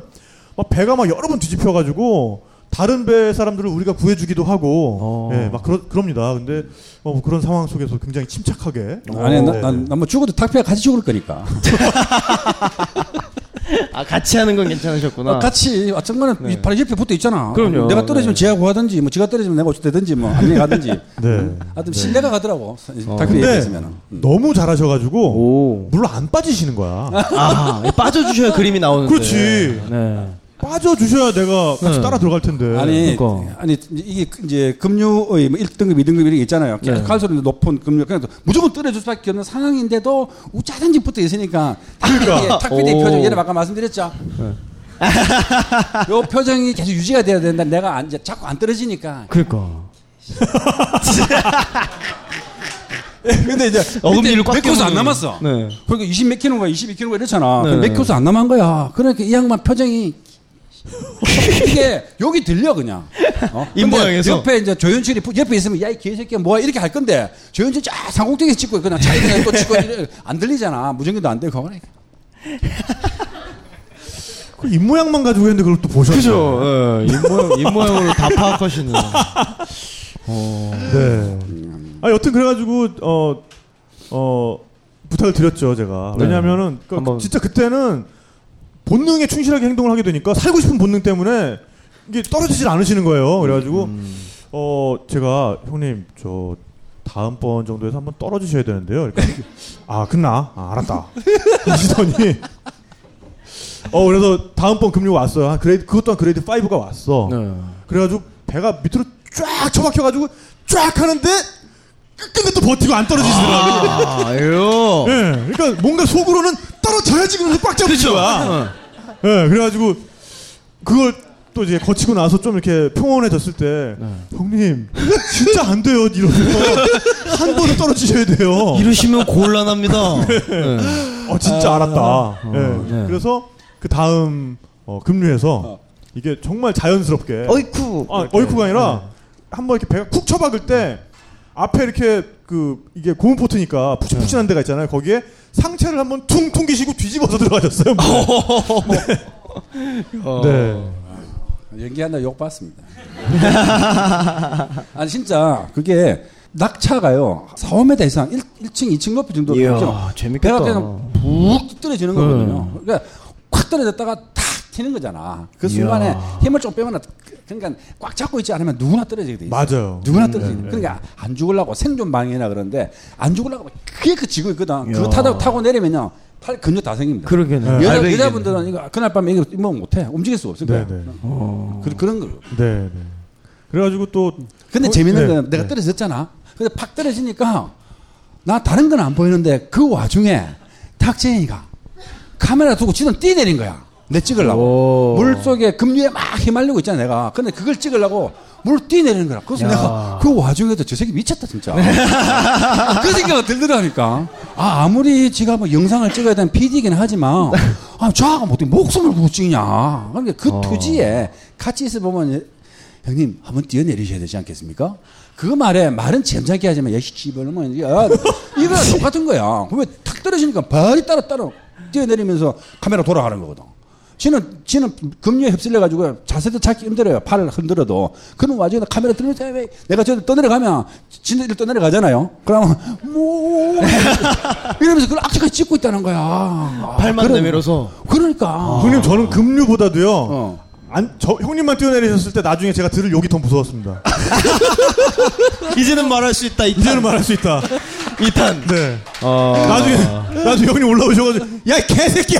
막 배가 막 여러 번 뒤집혀가지고 다른 배 사람들을 우리가 구해주기도 하고,
어.
예, 막 그러, 그럽니다. 근데 어, 뭐 그런 상황 속에서 굉장히 침착하게.
어. 아니,
네, 네.
난뭐 죽어도 탁피가 같이 죽을 거니까.
아, 같이 하는 건 괜찮으셨구나.
같이 어쨌거나
어. 네.
바로 옆에 붙어 있잖아.
그럼요.
내가 떨어지면
네.
제가 구하든지, 뭐 지가 떨어지면 내가 어찌되든지, 뭐 안녕히
<laughs>
가든지. 음?
네.
하여튼 신뢰가 가더라고.
어.
탁피
네.
옆에
근데
있으면.
네. 너무 잘하셔가지고
오.
물로 안 빠지시는 거야.
아, 빠져주셔야 그림이 나오는데.
그렇지.
네.
빠져 주셔야 내가 같이
네.
따라 들어갈 텐데.
아니,
그러니까.
아니 이게 이제 금융의 뭐 1등급, 2등급 이런 게 있잖아요.
네.
갈수록 이제 높은 금융 그냥 무조건 떨어질 수밖에 없는 상황인데도 우짜든지 붙어 있으니까
그러니까.
탁피디
오. 네.
표정 얘는 아까 말씀드렸죠. <laughs> 요 표정이 계속 유지가 돼야 된다. 내가 안, 이제 자꾸 안 떨어지니까.
<laughs> 그러니까. 예,
근데 이제
어금니를 꽉
맥코스 안
깨물고.
남았어.
네.
그러니까 20 몇 킬로인가 22 킬로인가 이랬잖아.
네,
그럼
네.
몇 킬로스 안 남은 거야. 그러니까 이 양반 표정이 이게 여기 들려 그냥. 어?
입
근데
모양에서.
옆에 이제 조현출이 부- 옆에 있으면 야 이 개새끼야 뭐야 이렇게 할 건데 조현출 쫙 상공등에서 찍고 그냥 차에 그냥 또 찍고 이래. 안 들리잖아. 무전기도 안 되고. 그러니까 그래.
그 입모양만 가지고 했는데 그걸 또 보셨죠.
그죠. 예. 입모양, 입모양으로 다 파악하시는.
네. 아 여튼 그래가지고 어, 어 부탁을 드렸죠 제가.
네.
왜냐하면은 그-
한번-
진짜 그때는 본능에 충실하게 행동을 하게 되니까 살고 싶은 본능 때문에 이게 떨어지질 않으시는 거예요. 그래가지고
음,
어 제가 형님 저 다음 번 정도에서 한번 떨어지셔야 되는데요. 그러니까 <laughs> 아 끝나 아, 알았다. <laughs> 이시더니 어 그래서 다음 번 금융 왔어요. 한 그레이드 그것 또한 그레이드 5가 왔어.
네.
그래가지고 배가 밑으로 쫙 처박혀가지고 쫙 하는데 끝끝내 또 버티고 안 떨어지시더라고요.
<laughs> 아, 요.
예, 그러니까 뭔가 속으로는 떨어져야지 그러면서 꽉 잡는
그렇죠. 어.
거야. 예, 그래가지고 그걸 또 이제 거치고 나서 좀 이렇게 평온해졌을 때
네.
형님 진짜 안 돼요 이러면서 한 번은 떨어지셔야 돼요.
이러시면 곤란합니다.
어 진짜 알았다. 예,
아. 네.
그래서 그 다음 어, 급류에서 이게 정말 자연스럽게
어이쿠.
아, 어이쿠가 아니라 한번 이렇게 배가 쿡 쳐박을 때 앞에 이렇게 그 이게 고무 포트니까 푸신푸신한 데가 있잖아요. 거기에 상체를 한번 퉁 퉁기시고 뒤집어서 들어가셨어요.
어.
<laughs> 네.
연기한다 욕 받습니다. <laughs> 아니 진짜 그게 낙차가요 4, 5m 이상 1, 1층, 2층 높이 정도
이야,
되죠.
재밌겠다. 네.
배가 그냥 푹 떨어지는 거거든요. 그러니까 확 떨어졌다가 탁 튀는 거잖아. 그 순간에 힘을 좀 빼면 그러니까 꽉 잡고 있지 않으면 누구나 떨어지게 돼 있어.
맞아요. 네,
누구나 떨어지게 돼. 그러니까 안 죽으려고 생존 방해나 그러는데 안 죽으려고 막 크게 그 지고 있거든. 그거 타다 타고 내리면요 팔 근육 다 생깁니다.
그러게네.
여자,
알배기네.
여자분들은 이거 그날 밤에 이거 뭐 못해 움직일 수가 없을 거야.
네, 네.
그, 그런 거.
네. 네. 그래가지고 또
근데
어,
재밌는
네,
건 내가
네.
떨어졌잖아. 근데 팍 떨어지니까 나 다른 건 안 보이는데 그 와중에 탁재인이가 카메라 두고 지는 뛰내린 거야. 내
오.
찍으려고. 물 속에 급류에 막 휘말리고 있잖아, 내가. 근데 그걸 찍으려고 물 뛰내리는 거야. 그래서 내가 그 와중에도 저 새끼 미쳤다,
<laughs>
진짜. 그 생각이 들더라니까. 아, 아무리 지가 뭐 영상을 찍어야 되는 PD이긴 하지만, 아, 저하고 어떻게 목숨을 부고 찍냐. 그러니까 그
어.
투지에 같이 있어 보면, 형님, 한번 뛰어내리셔야 되지 않겠습니까? 그 말에, 말은 잼자기 하지만, 야, 씨발놈아, 야, 이거 똑같은 거야. 왜탁 떨어지니까 발이 따로 따로 뛰어내리면서 카메라 돌아가는 거거든. 지는, 지는 급류에 휩쓸려가지고 자세도 찾기 힘들어요. 팔을 흔들어도. 그런 와중에 카메라 들면서 왜 내가 저기 떠내려가면 진들이 떠내려가잖아요. 그러면
<laughs>
뭐 이러면서 그걸 악착같이 찍고 있다는 거야. 아,
팔만
그래.
내밀어서. 아.
그러니까.
형님 저는 급류보다도요.
어.
안, 저, 형님만 뛰어내리셨을 때 나중에 제가
<laughs>
들을 욕이 더 무서웠습니다.
이제는 말할 수 있다.
<laughs>
이제는 말할 수 있다.
2탄.
네.
어.
나중에 나중에 형님 올라오셔가지고 야 이 <laughs> 개새끼야.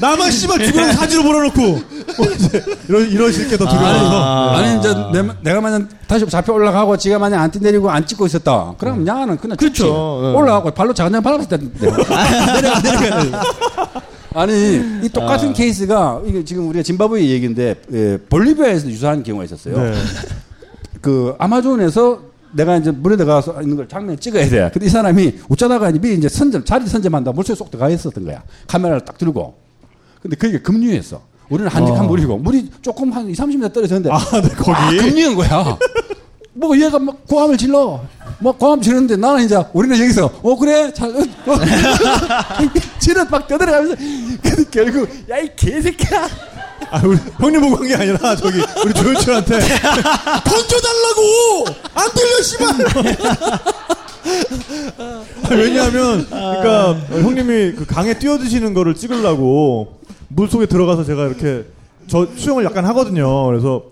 나만 씨발 죽으면 사지로 몰아놓고 뭐 이제 이런 이러실 게 더 두려워서.
아.
아니 이제 내, 가 만약 다시 잡혀 올라가고 지가 만약 안 뛰내리고 안 찍고 있었다. 그럼 야는 그냥
그렇죠.
찍지.
예.
올라가고 발로 작은 밟았을 때
아,
아니 이 똑같은 케이스가 이게 지금 우리가 짐바브웨 얘기인데 예, 볼리비아에서 유사한 경우가 있었어요.
네.
<laughs> 그 아마존에서 내가 이제 물에 들어가서 있는 걸 장면 찍어야 돼. 근데 이 사람이 웃자다가 이제 미리 이제 선점 자리 선점한다 물속에 쏙 들어가 있었던 거야. 카메라를 딱 들고. 근데 그게 급류였어. 우리는 한적한 물이고 물이 조금 한 2, 30m 떨어졌는데
아, 네, 거기.
아, 급류인 거야. 뭐 얘가 막 고함을 질러. 막 고함 지르는데 나는 이제 우리는 여기서 어 그래 잘 어, 어. <laughs> 지르 막 떠들어가면서 근데 결국 야 이 개새끼야
아, 우리 형님 보고 한 게 아니라 저기 우리 <laughs> 조현철한테 던져달라고 안 들려 씨발. 아, 왜냐하면 그러니까 형님이 그 강에 뛰어드시는 거를 찍으려고 물 속에 들어가서 제가 이렇게 저 수영을 약간 하거든요. 그래서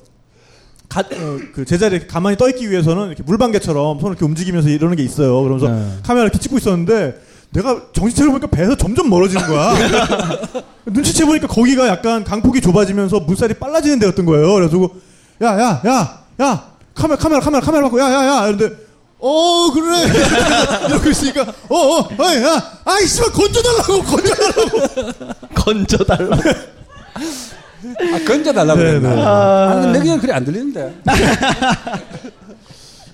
가- 어, 그 제자리에 가만히 떠 있기 위해서는 이렇게 물방개처럼 손을 이렇게 움직이면서 이러는 게 있어요. 그러면서 카메라 이렇게 찍고 있었는데 내가 정신 차려보니까 배에서 점점 멀어지는 거야. 눈치채 보니까 거기가 약간 강폭이 좁아지면서 물살이 빨라지는 데였던 거예요. 그래서 야, 야, 야, 야, 카메라, 카메라, 카메라, 카메라 받고 야, 야, 야. 이런데 어, 그래. <laughs> 이러고 있으니까 어, 어, 어이, 야, 아이, 씨발, 건져달라고, 건져달라고.
건져달라.
아, 건져달라고
네,
그랬나
네.
아, 근데 내 귀는 그래 안 들리는데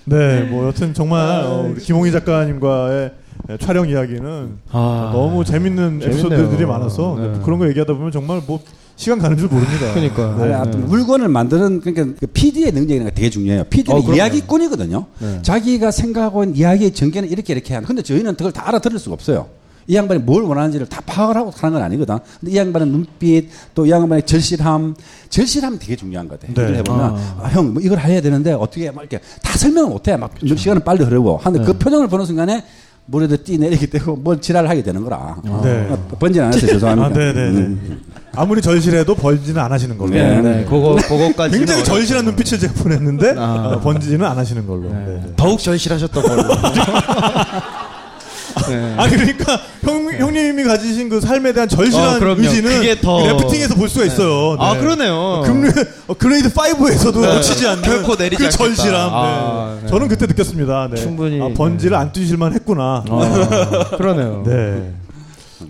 네, 뭐 여튼 정말
아,
어, 우리 김홍희 작가님과의 네, 촬영 이야기는
아.
너무 재밌는
재밌네요.
에피소드들이 많아서
네.
그런 거 얘기하다 보면 정말 뭐 시간 가는 줄 모릅니다.
그러니까요.
네.
아니, 아무튼 물건을 만드는 그러니까 그 PD의 능력이라는 게 되게 중요해요. PD는
어, 그럼요.
이야기꾼이거든요.
네.
자기가 생각하고 있는 이야기의 전개는 이렇게 이렇게 하는. 근데 저희는 그걸 다 알아들을 수가 없어요. 이 양반이 뭘 원하는지를 다 파악을 하고 사는 건 아니거든. 근데 이 양반의 눈빛, 또 이 양반의 절실함, 절실함이 되게 중요한 것 같아.
네.
일을 해보면 아, 형, 뭐 이걸 해야 되는데 어떻게 막 이렇게 다 설명을 못해. 막
그렇죠.
시간은 빨리 흐르고. 근데
네.
그 표정을 보는 순간에 물에도 뛰 내리게 되고 뭘 지랄을 하게 되는 거라. 아,
네.
번진 안 했어요. 죄송합니다.
<laughs> 아, 네, 네, 네.
음.
아무리 절실해도 벌지는 안 하시는 걸로.
네.
네, 네. 그거 그거까지.
굉장히 절실한 눈빛을 제가 보냈는데
아.
어, 번지는 안 하시는 걸로. 네, 네.
더욱 절실하셨던 걸로.
<laughs>
네.
아 그러니까 형, 형님이 가지신 그 삶에 대한
어,
절실한
그럼요.
의지는
그게 더-
그 래프팅에서 볼 수가 있어요.
아, 그러네요. 네.
금류 어, 그레이드 5에서도 놓치지 않는
결코 내리지
그
않겠다.
절실함.
아,
네.
네.
저는 그때 느꼈습니다. 네.
충분히,
아, 번지를 안 뛰실만 했구나.
아, 그러네요.
네.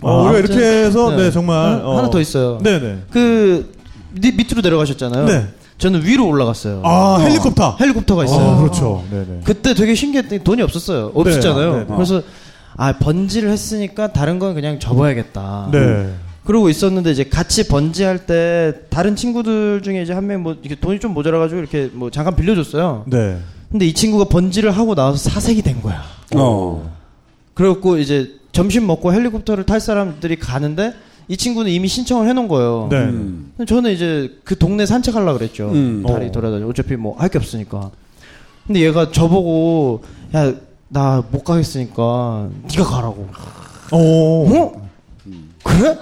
아,
어, 우리가
아무튼,
이렇게 해서 네,
네.
정말
하나- 하나 더 있어요.
네네.
그 밑- 밑으로 내려가셨잖아요.
네.
저는 위로 올라갔어요.
아 헬리콥터.
헬리콥터가 있어요.
아, 그렇죠. 네네.
그때 되게 신기했더니 돈이 없었어요. 없었잖아요.
네, 네, 네.
그래서 아 번지를 했으니까 다른 건 그냥 접어야겠다.
네.
그러고 있었는데 이제 같이 번지할 때 다른 친구들 중에 이제 한 명 뭐 이렇게 돈이 좀 모자라가지고 이렇게 뭐 잠깐 빌려줬어요.
네.
근데 이 친구가 번지를 하고 나와서 사색이 된 거야.
어.
그래갖고 이제 점심 먹고 헬리콥터를 탈 사람들이 가는데 이 친구는 이미 신청을 해놓은 거예요.
네.
근데 저는 이제 그 동네 산책하려고 그랬죠.
음.
다리
어.
돌아다니 어차피 뭐 할 게 없으니까. 근데 얘가 저보고 야 나 못 가겠으니까 네가 가라고.
오.
어?
음.
그래?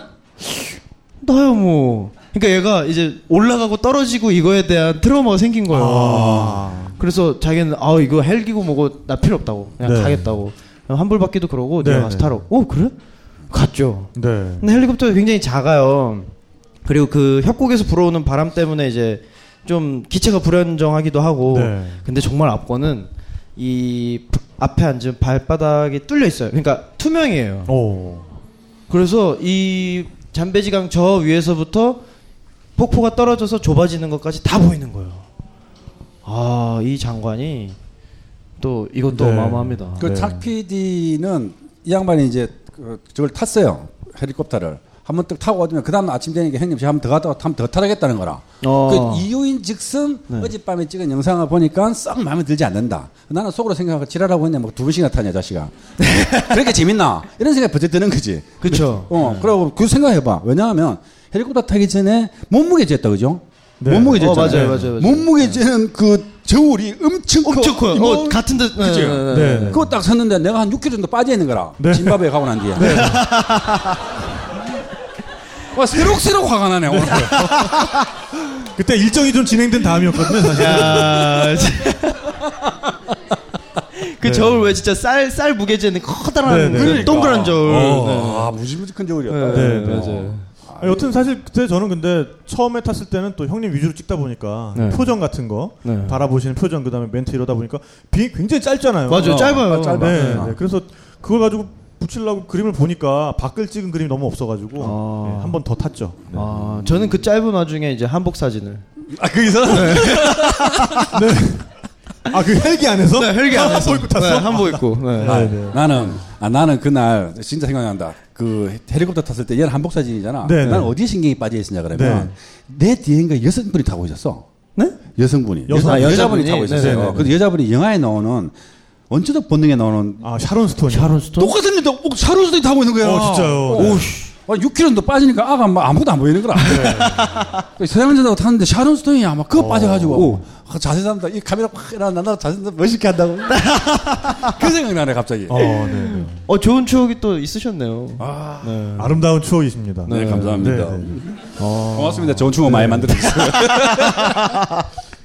나야 뭐. 그러니까 얘가 이제 올라가고 떨어지고 이거에 대한 트라우마가 생긴 거예요.
아.
그래서 자기는 아 이거 헬기고 뭐고 나 필요 없다고 그냥
네.
가겠다고 환불 받기도 그러고
네,
내가 가서
네.
타러. 오 그래? 갔죠.
네.
근데 헬리콥터가 굉장히 작아요. 그리고 그 협곡에서 불어오는 바람 때문에 이제 좀 기체가 불안정하기도 하고.
네.
근데 정말 앞거는 이 앞에 앉은 발바닥이 뚫려 있어요. 그러니까 투명이에요.
오.
그래서 이 잠베지강 저 위에서부터 폭포가 떨어져서 좁아지는 것까지 다 보이는 거예요. 아, 이 장관이 또 이것도
네.
어마어마합니다.
네.
그작 PD는 이 양반이 이제 그 저걸 탔어요 헬리콥터를 한번 딱 타고 오면 그 다음 아침 되니까 형님 제가 한 번 더 갔다 한번 더 타라겠다는 거라.
어. 네.
그 이유인즉슨 어젯밤에 찍은 영상을 보니까 썩 마음에 들지 않는다. 나는 속으로 생각하고 지랄하고 했냐 뭐두 번씩이나
<laughs>
타냐 자식아. 그렇게 재밌나 이런 생각이 번쩍 드는 거지.
그쵸. 네.
어 그러고 그 생각해봐. 왜냐하면 헬리콥터 타기 전에 몸무게 쟀다 그죠?
네.
몸무게
어,
쟀잖아요.
맞아요, 맞아요, 맞아요.
몸무게 재는 그 저울이 엄청 커.
엄청 커요.
이거
어, 같은 듯. 네, 네,
네.
네, 네.
그거 딱 샀는데 내가 한 6kg 정도 빠져 있는 거라.
네.
짐바브웨 가고 난 뒤에. <laughs> 와 새록새록 화가 나네 오늘.
그때
<laughs>
일정이 좀 진행된 다음이었거든요, 사실.
야, 아, 그 저울 왜 진짜 쌀 쌀 무게재 있는 커다란
네, 네.
동그란 저울.
어, 아, 무지무지 큰 저울이었다.
네, 네.
맞아요.
아, 여튼 사실 그때 저는 근데 처음에 탔을 때는 또 형님 위주로 찍다 보니까
네.
표정 같은 거
네.
바라보시는 표정 그다음에 멘트 이러다 보니까 비행 굉장히 짧잖아요.
어. 맞아요. 짧아요.
아, 짧아.
네,
아.
네. 그래서 그걸 가지고 붙이려고 그림을 보니까 밖을 찍은 그림이 너무 없어가지고
아.
한 번 더 탔죠. 네.
아, 저는 그 짧은 와중에 이제 한복 사진을
아,
그
거기서?
네.
<laughs>
아그 헬기 안에서?
네, 헬기 안에서
입고 탔어?
네, 한복 입고. 네.
아, 나는 아 나는 그날 진짜 생각난다. 그 헬리콥터 탔을 때 얘는 한복 사진이잖아.
네,
난
네.
어디에 신경이 빠져 있냐 그러면 내 뒤에인가 여성분이 타고 있었어. 네? 여성분이.
여성-
아, 여자분이
여자분이. 네,
타고
네,
있었어요.
네.
근데 여자분이 영화에 나오는 원초적 본능에 나오는
아 샤론 스톤.
샤론스톤?
똑같은 애도 꼭 샤론스톤이 타고 있는 거야.
어, 진짜요. 네.
오씨. 6km도 빠지니까 아가 막 아무것도 안 보이는 거라. 그 서양전자고 탔는데 샤론스톤이 아마 그거
어.
빠져가지고 아, 자세 잡는다. 이 카메라 확 일어난다. 자세 잡는다. 멋있게 한다고. <laughs> 그 생각이 나네 갑자기.
어, 네, 네.
어, 좋은 추억이 또 있으셨네요.
아름다운 추억이십니다.
네, 감사합니다.
네, 네.
고맙습니다. 좋은 추억 많이 만들었어요.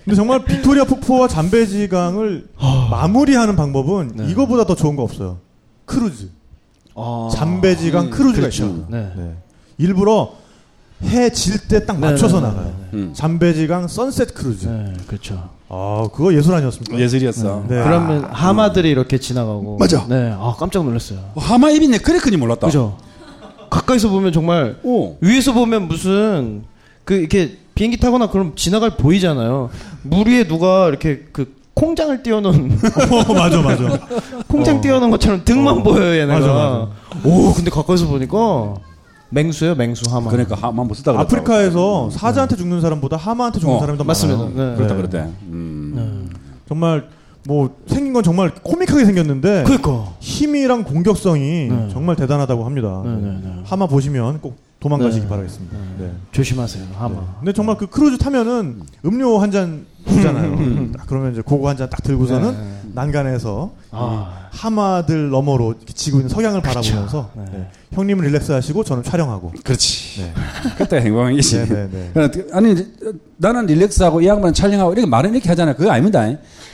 근데 정말 빅토리아 폭포와 잠베지강을
아.
마무리하는 방법은
네.
이거보다 더 좋은 거 없어요. 크루즈.
아.
잠베지강 크루즈가
그렇죠.
있어요.
네.
네. 일부러 해 질 때 딱 맞춰서 나가요. 잠베지강 선셋 크루즈.
음. 네, 그렇죠.
아, 그거 <laughs> 예술
<laughs>
아니었습니까?
예술이었어.
네.
그러면 하마들이 이렇게 지나가고.
맞아.
네, 아, 깜짝 놀랐어요.
하마 입인데 그래 큰지 몰랐다.
그죠? 가까이서 보면 정말
오.
위에서 보면 무슨 그 이렇게 비행기 타거나 그럼 지나갈 보이잖아요. 물 위에 누가 이렇게 그 콩장을 띄워놓은 <laughs>
어, 맞아, 맞아.
콩장 띄워놓은 것처럼 등만 보여요 얘네가.
맞아, 맞아.
오 근데 가까이서 보니까 맹수예요 맹수 하마.
그러니까 하마 못 쓰다 그랬다.
<laughs> 아프리카에서 사자한테 죽는 사람보다 하마한테 죽는
어,
사람이 더
맞습니다.
많아요.
네.
그렇다 그랬대. 음.
네. 정말 뭐 생긴 건 정말 코믹하게 생겼는데
그니까.
힘이랑 공격성이
네.
정말 대단하다고 합니다. 네. 하마 보시면 꼭 도망가시기
네.
바라겠습니다. 네.
조심하세요 하마.
근데 정말 그 크루즈 타면은 음료 한 잔
음.
주잖아요. 음. 딱 그러면 이제 그거 한 잔 딱 들고서는 난간에서
네. 아.
이 하마들 너머로 이렇게 지고 있는 석양을 바라보면서
네.
네. 형님은 릴렉스하시고 저는 촬영하고.
그렇지. 그때 행방이지. <laughs>
네네네.
아니 이제 나는 릴렉스하고 이 양반은 촬영하고 이렇게 말은 이렇게 하잖아. 그거 아닙니다.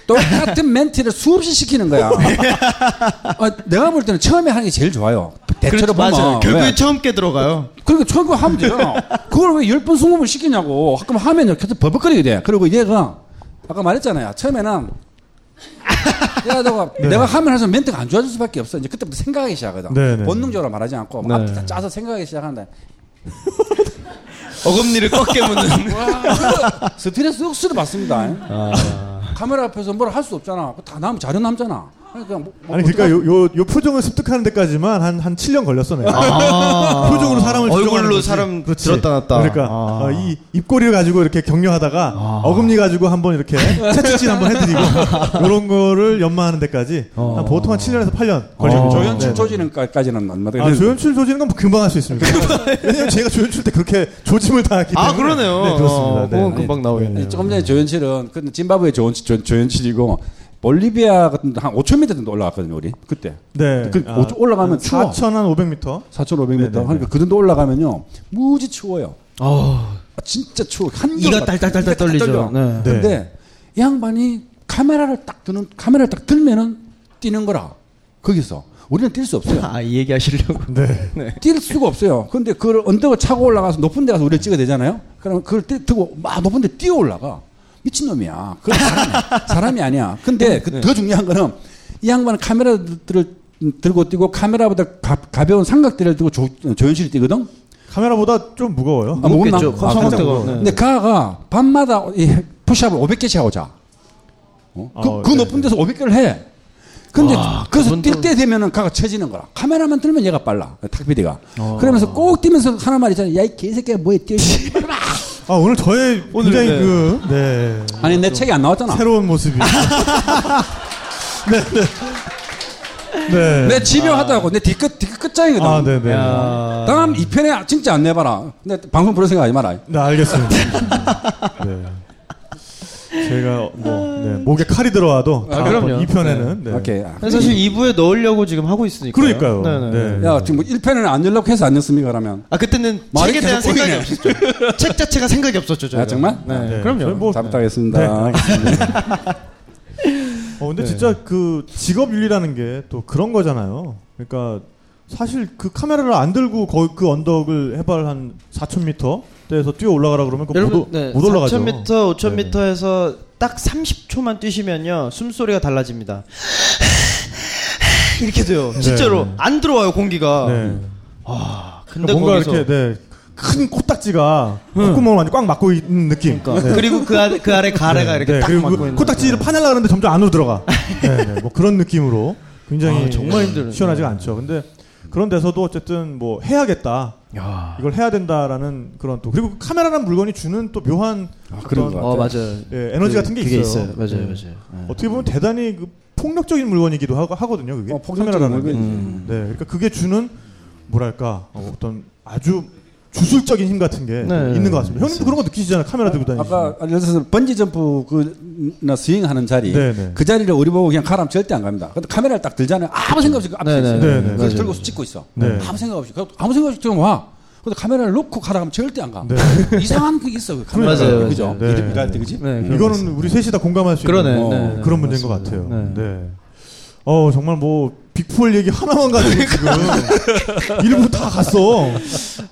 똑같은 <laughs> 멘트를 수없이 시키는
<laughs>
거야. 아, 내가 볼 때는 처음에 하는 게 제일 좋아요. 대체로 보면
그렇죠. 맞아요.
왜?
결국에 처음 깨 들어가요.
그러니까 처음에 하면 돼요. 그걸 왜 열 번 스무 번 시키냐고. 그럼 하면 계속 버벅거리게 돼. 그리고 얘가 아까 말했잖아요. 처음에는
<laughs>
내가, 내가,
네.
내가 하면 해서 멘트가 안 좋아질 수밖에 없어. 이제 그때부터 생각하기 시작하거든.
네, 네.
본능적으로 말하지 않고
네.
앞에서 짜서 생각하기 시작한다.
어금니를 꺾게 무는.
와, 스트레스 억수로 받습니다. 카메라 앞에서 뭘 할 수 없잖아. 그거 다 남, 자료 남잖아. 그러니까 뭐- 뭐
아니 그러니까 요 요 요 표정을 습득하는 데까지만 한 한 7년 걸렸어 내가. <laughs> 표정으로 사람을
아. 얼굴로
지정하는 거지.
사람
그렇지.
들었다 놨다.
그러니까
아.
어, 이 입꼬리를 가지고 이렇게 격려하다가 어금니 가지고 한번
<laughs>
이렇게 채찍질 한번 해드리고 이런 거를 연마하는 데까지
어.
한 보통 한 7년에서 8년 걸리죠.
조- 조연출 조지는까지는 안 어. 맞아.
아, 조연출 조지는 건 금방 할 수 있습니다. 왜냐면 제가 조연출 때 그렇게 조짐을 당했기 때문에.
아 그러네요.
네, 그렇습니다.
어,
네.
그건 금방 나오겠네요.
조금 전에 조연실은 그 짐바브웨 조연, 조, 조연실이고 볼리비아 같은 데한 5,000m 정도 올라갔거든요 우리 그때.
네.
그 오- 올라가면 추워.
4,500m.
4,500m
네네네.
하니까 그 정도 올라가면요 무지 추워요.
어,
아, 진짜 추워. 한겨울
이가
같아.
딸딸딸딸
이가 딱
떨리죠.
떨려.
네.
네.
근데 이 양반이 카메라를 딱 드는 카메라를 딱 들면은 뛰는 거라 거기서 우리는 뛸 수 없어요.
<laughs> 아이 얘기 하시려고.
네.
뛸 수가 없어요. 근데 그걸 언덕을 차고 올라가서 높은 데 가서 우리를 찍어야 되잖아요. 그럼 그걸 뛰, 들고 막 높은 데 뛰어 올라가. 미친놈이야. 그
<laughs>
사람이, 사람이 아니야.
네.
근데 그 더 중요한 거는 이 양반은 카메라들을 들고 뛰고 카메라보다 가, 벼운 삼각대를 들고 조, 조연실을 뛰거든?
카메라보다 좀 무거워요.
아,
무겁겠죠. 그
무겁나?
삼각대가.
뭐.
그래요?
네.
근데 가가 밤마다 이 푸시업을 500개씩 하고 자. 어? 그,
어,
그
네, 아,
높은 데서 500개를 해. 근데
와,
그래서
그분
뛸
또-
때 되면은 가가 쳐지는 거라. 카메라만 들면 얘가 빨라. 탁비디가.
아.
그러면서 꼭 뛰면서 하는 말 있잖아. 야, 이 개새끼야, 뭐해, 뛰어. 씨. <laughs>
아, 오늘 저의
오늘,
굉장히
네.
그, 네.
아니, 내 책이 안 나왔잖아.
새로운 모습이. 네, 네. 네.
내 집에 하다고. 내 뒤끝, 뒤끝 끝장이거든.
아, 네네.
다음 이편에 진짜 안 내봐라. 근데 방송 보는 생각 하지 마라.
네, 알겠습니다. 네. 제가 뭐 네, 목에 칼이 들어와도
아,
다음
그럼요.
이 편에는 네.
오케이. 아,
근데 사실 2부에 넣으려고 지금 하고 있으니까.
그러니까요.
네네.
네.
야, 지금 뭐 1편에는 안 연락해서 안 냈습니까, 그러면?
아 그때는
말이
책에 대한
계속
생각이
꼬이네.
없었죠. 책 자체가 네, 생각이 없었죠. 저희가.
뭐,
아, 정말?
네.
어, 네, 저희
그럼요.
뭐
잘부탁하겠습니다
네. 어, 근데 진짜 그 직업 윤리라는 게 또 그런 거잖아요. 그러니까 사실 그 카메라를 안 들고 거의 그 언덕을 해발 한 4,000m 대에서 뛰어 올라가라 그러면 그못 못
네,
올라가죠.
4,000m, 5,000m
네.
에서 딱 30초만 뛰시면요 숨소리가 달라집니다. <sighs> 이렇게 돼요. 진짜로
네.
안 들어와요 공기가.
네.
와, 근데
그러니까 뭔가
거기서
이렇게 네, 큰 코딱지가 콧구멍을 완전 꽉 막고 있는 느낌. 네.
그리고 그, 아, 그 아래 가래가 이렇게
네,
딱
그리고
막고
그
있는.
코딱지를 파내려 그러는데 점점 안으로
<laughs>
들어가. 네, 네, 뭐 그런 느낌으로 굉장히
아, 정말 힘들어요.
시원하지가 않죠. 근데 그런 데서도 어쨌든 뭐 해야겠다.
야.
이걸 해야 된다라는 그런 또 그리고 카메라라는 물건이 주는 또 묘한
아, 그런
어떤
것
어 맞아요.
예, 에너지 같은 게
그게
있어요.
맞아요,
네.
맞아요. 네.
어떻게 보면 대단히 그 폭력적인 물건이기도 하고 하거든요. 그게
어, 폭력적인
카메라라는 게.
물건이지.
음.
네, 그러니까 그게 주는 뭐랄까 어, 어떤 아주 주술적인 힘 같은 게
네.
있는 것 같습니다. 형님도 그런 거 느끼시잖아요. 카메라 들고 다니시.
아까 알려서 번지 점프 그나 스윙하는 자리
네네.
그 자리를 우리 보고 그냥 가라면 절대 안 갑니다. 근데 카메라를 딱 들잖아요. 아무 생각 없이 그 앞에
네네.
있어요.
네네.
그래서
맞아요.
들고서 찍고 있어.
네.
아무 생각 없이 그래서 아무 생각 없이 들어 와. 근데 카메라를 놓고 가라면 절대 안 가.
네.
<laughs> 이상한 게 있어. 그 카메라
맞아요, 맞아요.
그죠?
네.
일- 일할 때 그지?
네, 그런 거
이거는 우리 셋이 다 공감할 수
그러네.
있는 뭐
어,
네, 네,
그런
네,
문제인
맞습니다.
것 같아요.
네.
네. 어 정말 뭐 빅폴 얘기 하나만
<laughs>
가지고 지금 일부 다 갔어.
그러니까.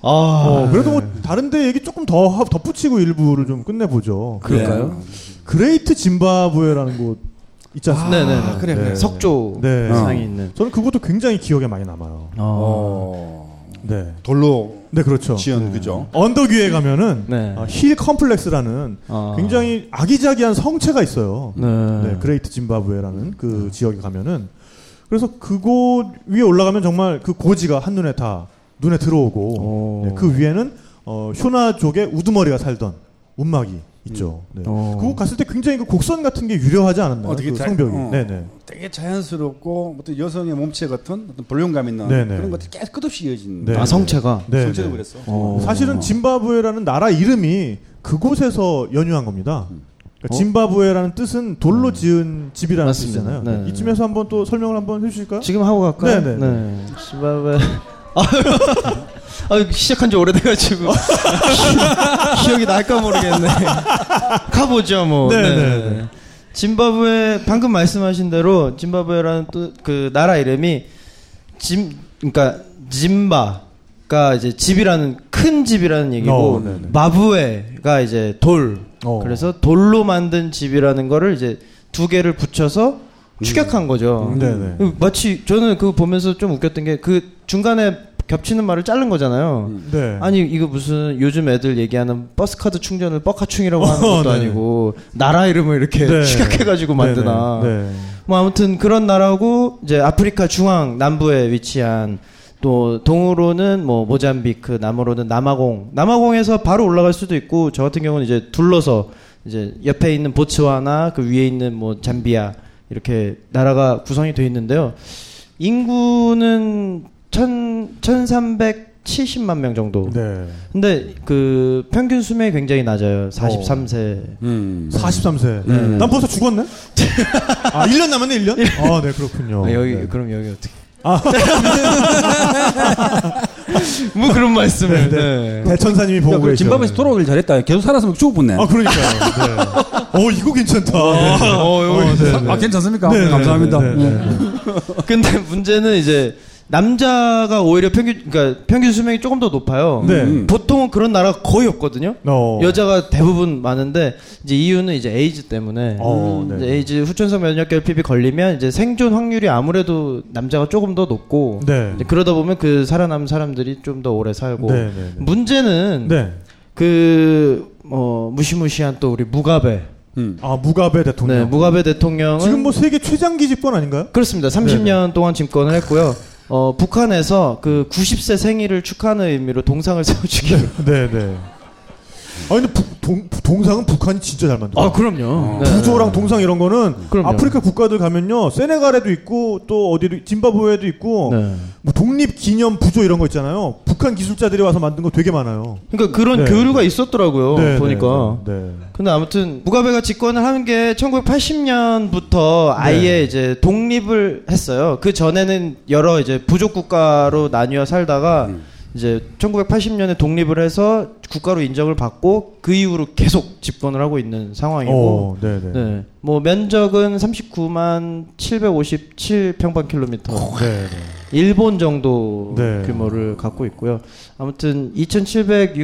아,
어, 그래도 뭐 다른데 얘기 조금 더 하- 덧붙이고 일부를 좀 끝내보죠.
그럴까요?
네.
그레이트 짐바브웨라는 곳 있지 않습니까?
네, 네, 네.
그래, 그래.
석조
아, 네.
상이
어.
있는.
저는 그것도 굉장히 기억에 많이 남아요.
어.
네.
돌로
네, 그렇죠.
지은 그죠?
언덕 위에 가면은
네.
어, 힐 컴플렉스라는
아.
굉장히 아기자기한 성체가 있어요.
네.
네, 그레이트 짐바브웨라는 그 지역에 가면은 그래서 그곳 위에 올라가면 정말 그 고지가 한눈에 다 눈에 들어오고
오.
네, 그 위에는 어, 쇼나족의 우두머리가 살던 운막이 있죠. 네.
오.
그곳 갔을 때 굉장히 그 곡선 같은 게 유려하지 않았나요?
어, 되게
그
잘-
성벽이.
어.
네네.
되게 자연스럽고 어떤 여성의 몸체 같은 어떤 볼륨감 있는
네네.
그런 것들이 계속 끝없이 이어지는
네.
아 성체가.
네.
성체도
네.
그랬어.
어.
사실은 짐바브웨라는 나라 이름이 그곳에서 연유한 겁니다. 그러니까
어?
짐바브웨라는 뜻은 돌로 지은 집이라는
맞습니다.
뜻이잖아요.
네.
이쯤에서 한번 또 설명을 한번 해주실까요?
지금 하고 갈까요?
네, 네,
네. 지바바. <laughs> 아, 시작한 지 오래돼가지고 <laughs> 기- 기억이 날까 모르겠네. <laughs> 가보죠 뭐.
네, 네, 네.
짐바브웨 방금 말씀하신 대로 짐바브웨라는 또 그 나라 이름이 짐 그러니까 짐바가 이제 집이라는 큰 집이라는 얘기고
어, 네, 네.
마부웨가 이제 돌.
어.
그래서 돌로 만든 집이라는 거를 이제 두 개를 붙여서 축약한 거죠.
음, 네네.
마치 저는 그거 보면서 좀 웃겼던 게 그 중간에 겹치는 말을 자른 거잖아요.
네.
아니 이거 무슨 요즘 애들 얘기하는 버스카드 충전을 뻑카충이라고 하는 것도
<laughs> 어, 네.
아니고 나라 이름을 이렇게 <laughs>
네.
축약해가지고 만드나.
네, 네.
뭐 아무튼 그런 나라고 이제 아프리카 중앙 남부에 위치한 또 동으로는 뭐 모잠비크, 남으로는 남아공. 남아공에서 바로 올라갈 수도 있고 저 같은 경우는 이제 둘러서 이제 옆에 있는 보츠와나 그 위에 있는 뭐 잠비아 이렇게 나라가 구성이 되어 있는데요. 인구는 1 1370만 명 정도.
네.
근데 그 평균 수명이 굉장히 낮아요. 43세.
음.
43세. 난 벌써 죽었네? 아, 1년 남았네, 1년? 아, 네, 그렇군요.
아, 여기
네.
그럼 여기 어떻게?
아.
<laughs> 뭐 그런 말씀을.
네, 네. 대천사님이 보고
그러니까
계시죠.
짐바브에서 돌아오길 잘했다. 계속 살았으면 죽어보네.
아, 그러니까요. 네. 어, 이거 괜찮다. 네. 어, 네, 네.
아, 괜찮습니까?
네, 네,
감사합니다.
네, 네, 네.
근데 문제는 이제 남자가 오히려 평균 그러니까 평균 수명이 조금 더 높아요.
네.
음.
보통은 그런 나라가 거의 없거든요.
어.
여자가 대부분 많은데 이제 이유는 이제 에이즈 때문에 음.
어, 네.
이제 에이즈 후천성 면역결핍이 걸리면 이제 생존 확률이 아무래도 남자가 조금 더 높고
네.
이제 그러다 보면 그 살아남은 사람들이 좀 더 오래 살고
네, 네, 네.
문제는
네.
그 어, 무시무시한 또 우리 무가베
음.
아, 무가베
네,
대통령.
무가베 대통령은
지금 뭐 세계 최장기 집권 아닌가요?
그렇습니다. 30년 동안 집권을 했고요. 어, 북한에서 그 90세 생일을 축하하는 의미로 동상을 <laughs> 세워주기로.
네, 네. 아, 근데 북- 동, 동상은 북한이 진짜 잘 만들어.
아, 그럼요. 네.
부조랑 동상 이런 거는
그럼요.
아프리카 국가들 가면요. 세네갈에도 있고 또 어디도 짐바브웨도 있고
네.
뭐 독립 기념 부조 이런 거 있잖아요. 북한 기술자들이 와서 만든 거 되게 많아요.
그러니까 그런
네.
교류가 있었더라고요.
네,
어, 보니까.
네, 네.
근데 아무튼 무가베가 집권을 한 게 1980년부터 아예 이제 독립을 했어요. 그 전에는 여러 이제 부족 국가로 나뉘어 살다가 이제 1980년에 독립을 해서 국가로 인정을 받고 그 이후로 계속 집권을 하고 있는 상황이고
어, 네네. 네.
네. 뭐 면적은 39만 757 평방 킬로미터.
네.
일본 정도
네.
규모를 갖고 있고요. 아무튼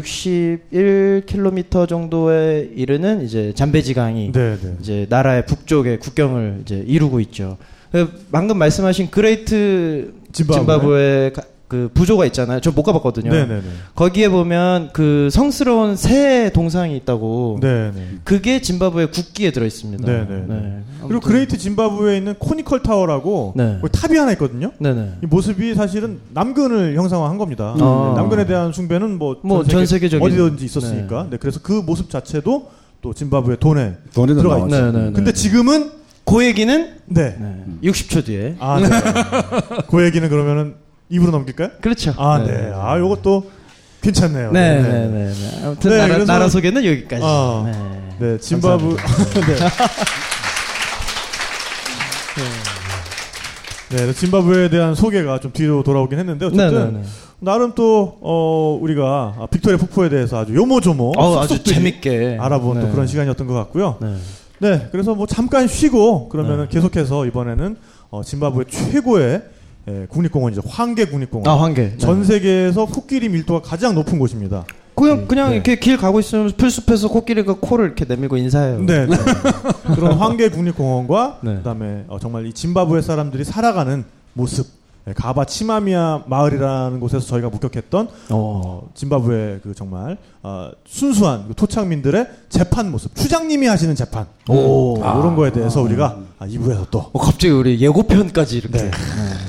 2,761 킬로미터 정도에 이르는 이제 잠베지강이
네. 네.
이제 나라의 북쪽의 국경을 이제 이루고 있죠. 그 방금 말씀하신 그레이트
짐바브웨.
짐바브웨 가- 그 부조가 있잖아요. 저 못 가봤거든요.
네네네.
거기에 보면 그 성스러운 새 동상이 있다고.
네네.
그게 짐바브웨 국기에 들어 있습니다.
네네네. 그리고
아무튼-
그레이트 짐바브웨에 있는 코니컬 타워라고
네.
거기 탑이 하나 있거든요.
네네.
이 모습이 사실은 남근을 형상화한 겁니다.
아.
남근에 대한 숭배는 뭐전
뭐전 세계적인-
어디든지 있었으니까.
네.
네, 그래서 그 모습 자체도 또 짐바브웨 돈에
돈에도
들어가
나왔죠.
있죠.
네네네.
근데 지금은
그 얘기는
네.
60초 뒤에.
아, 네. <laughs> 그 얘기는 그러면은 입으로 넘길까요?
그렇죠.
아, 네. 아, 요것도 괜찮네요.
네, 네, 네, 네. 아무튼
네,
나라,
그래서-
나라 소개는 여기까지.
아.
네.
네, 짐바브. 네. <laughs> 네. 네, 짐바브에 대한 소개가 좀 뒤로 돌아오긴 했는데 어쨌든
네, 네, 네.
나름 또 어, 우리가 아, 빅토리아 폭포에 대해서 아주 요모조모
어, 아주
쑥쑥들이
재밌게
알아본 또
네.
그런 시간이었던 것 같고요.
네.
네, 그래서 뭐 잠깐 쉬고 그러면은 계속해서 이번에는 어, 짐바브의 최고의 예, 국립공원이죠 황계 국립공원.
아, 황계.
전 세계에서 코끼리 밀도가 가장 높은 곳입니다. 네.
그냥 그냥 이렇게 길 가고 있으면 풀숲에서 코끼리가 코를 이렇게 내밀고 인사해요.
네. 네. <laughs> 그런 황계 국립공원과
네.
그다음에 어, 정말 이 짐바브웨 사람들이 살아가는 모습. 예, 가바 치마미아 마을이라는 곳에서 저희가 목격했던
어.
어, 짐바브웨 그 정말 어, 순수한 그 토착민들의 재판 모습. 추장님이 하시는 재판.
오.
아, 이런 거에 대해서 우리가 아, 2부에서 또
어, 갑자기 우리 예고편까지 이렇게
네.
네.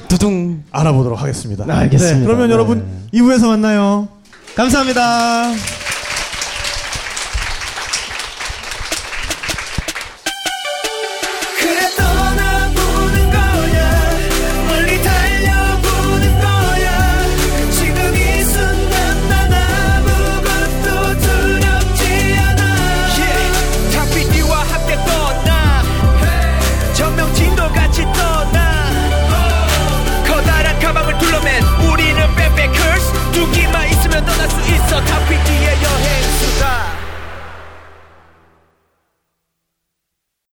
두둥.
알아보도록 하겠습니다.
네, 알겠습니다.
그러면
네.
여러분 2부에서 만나요.
감사합니다.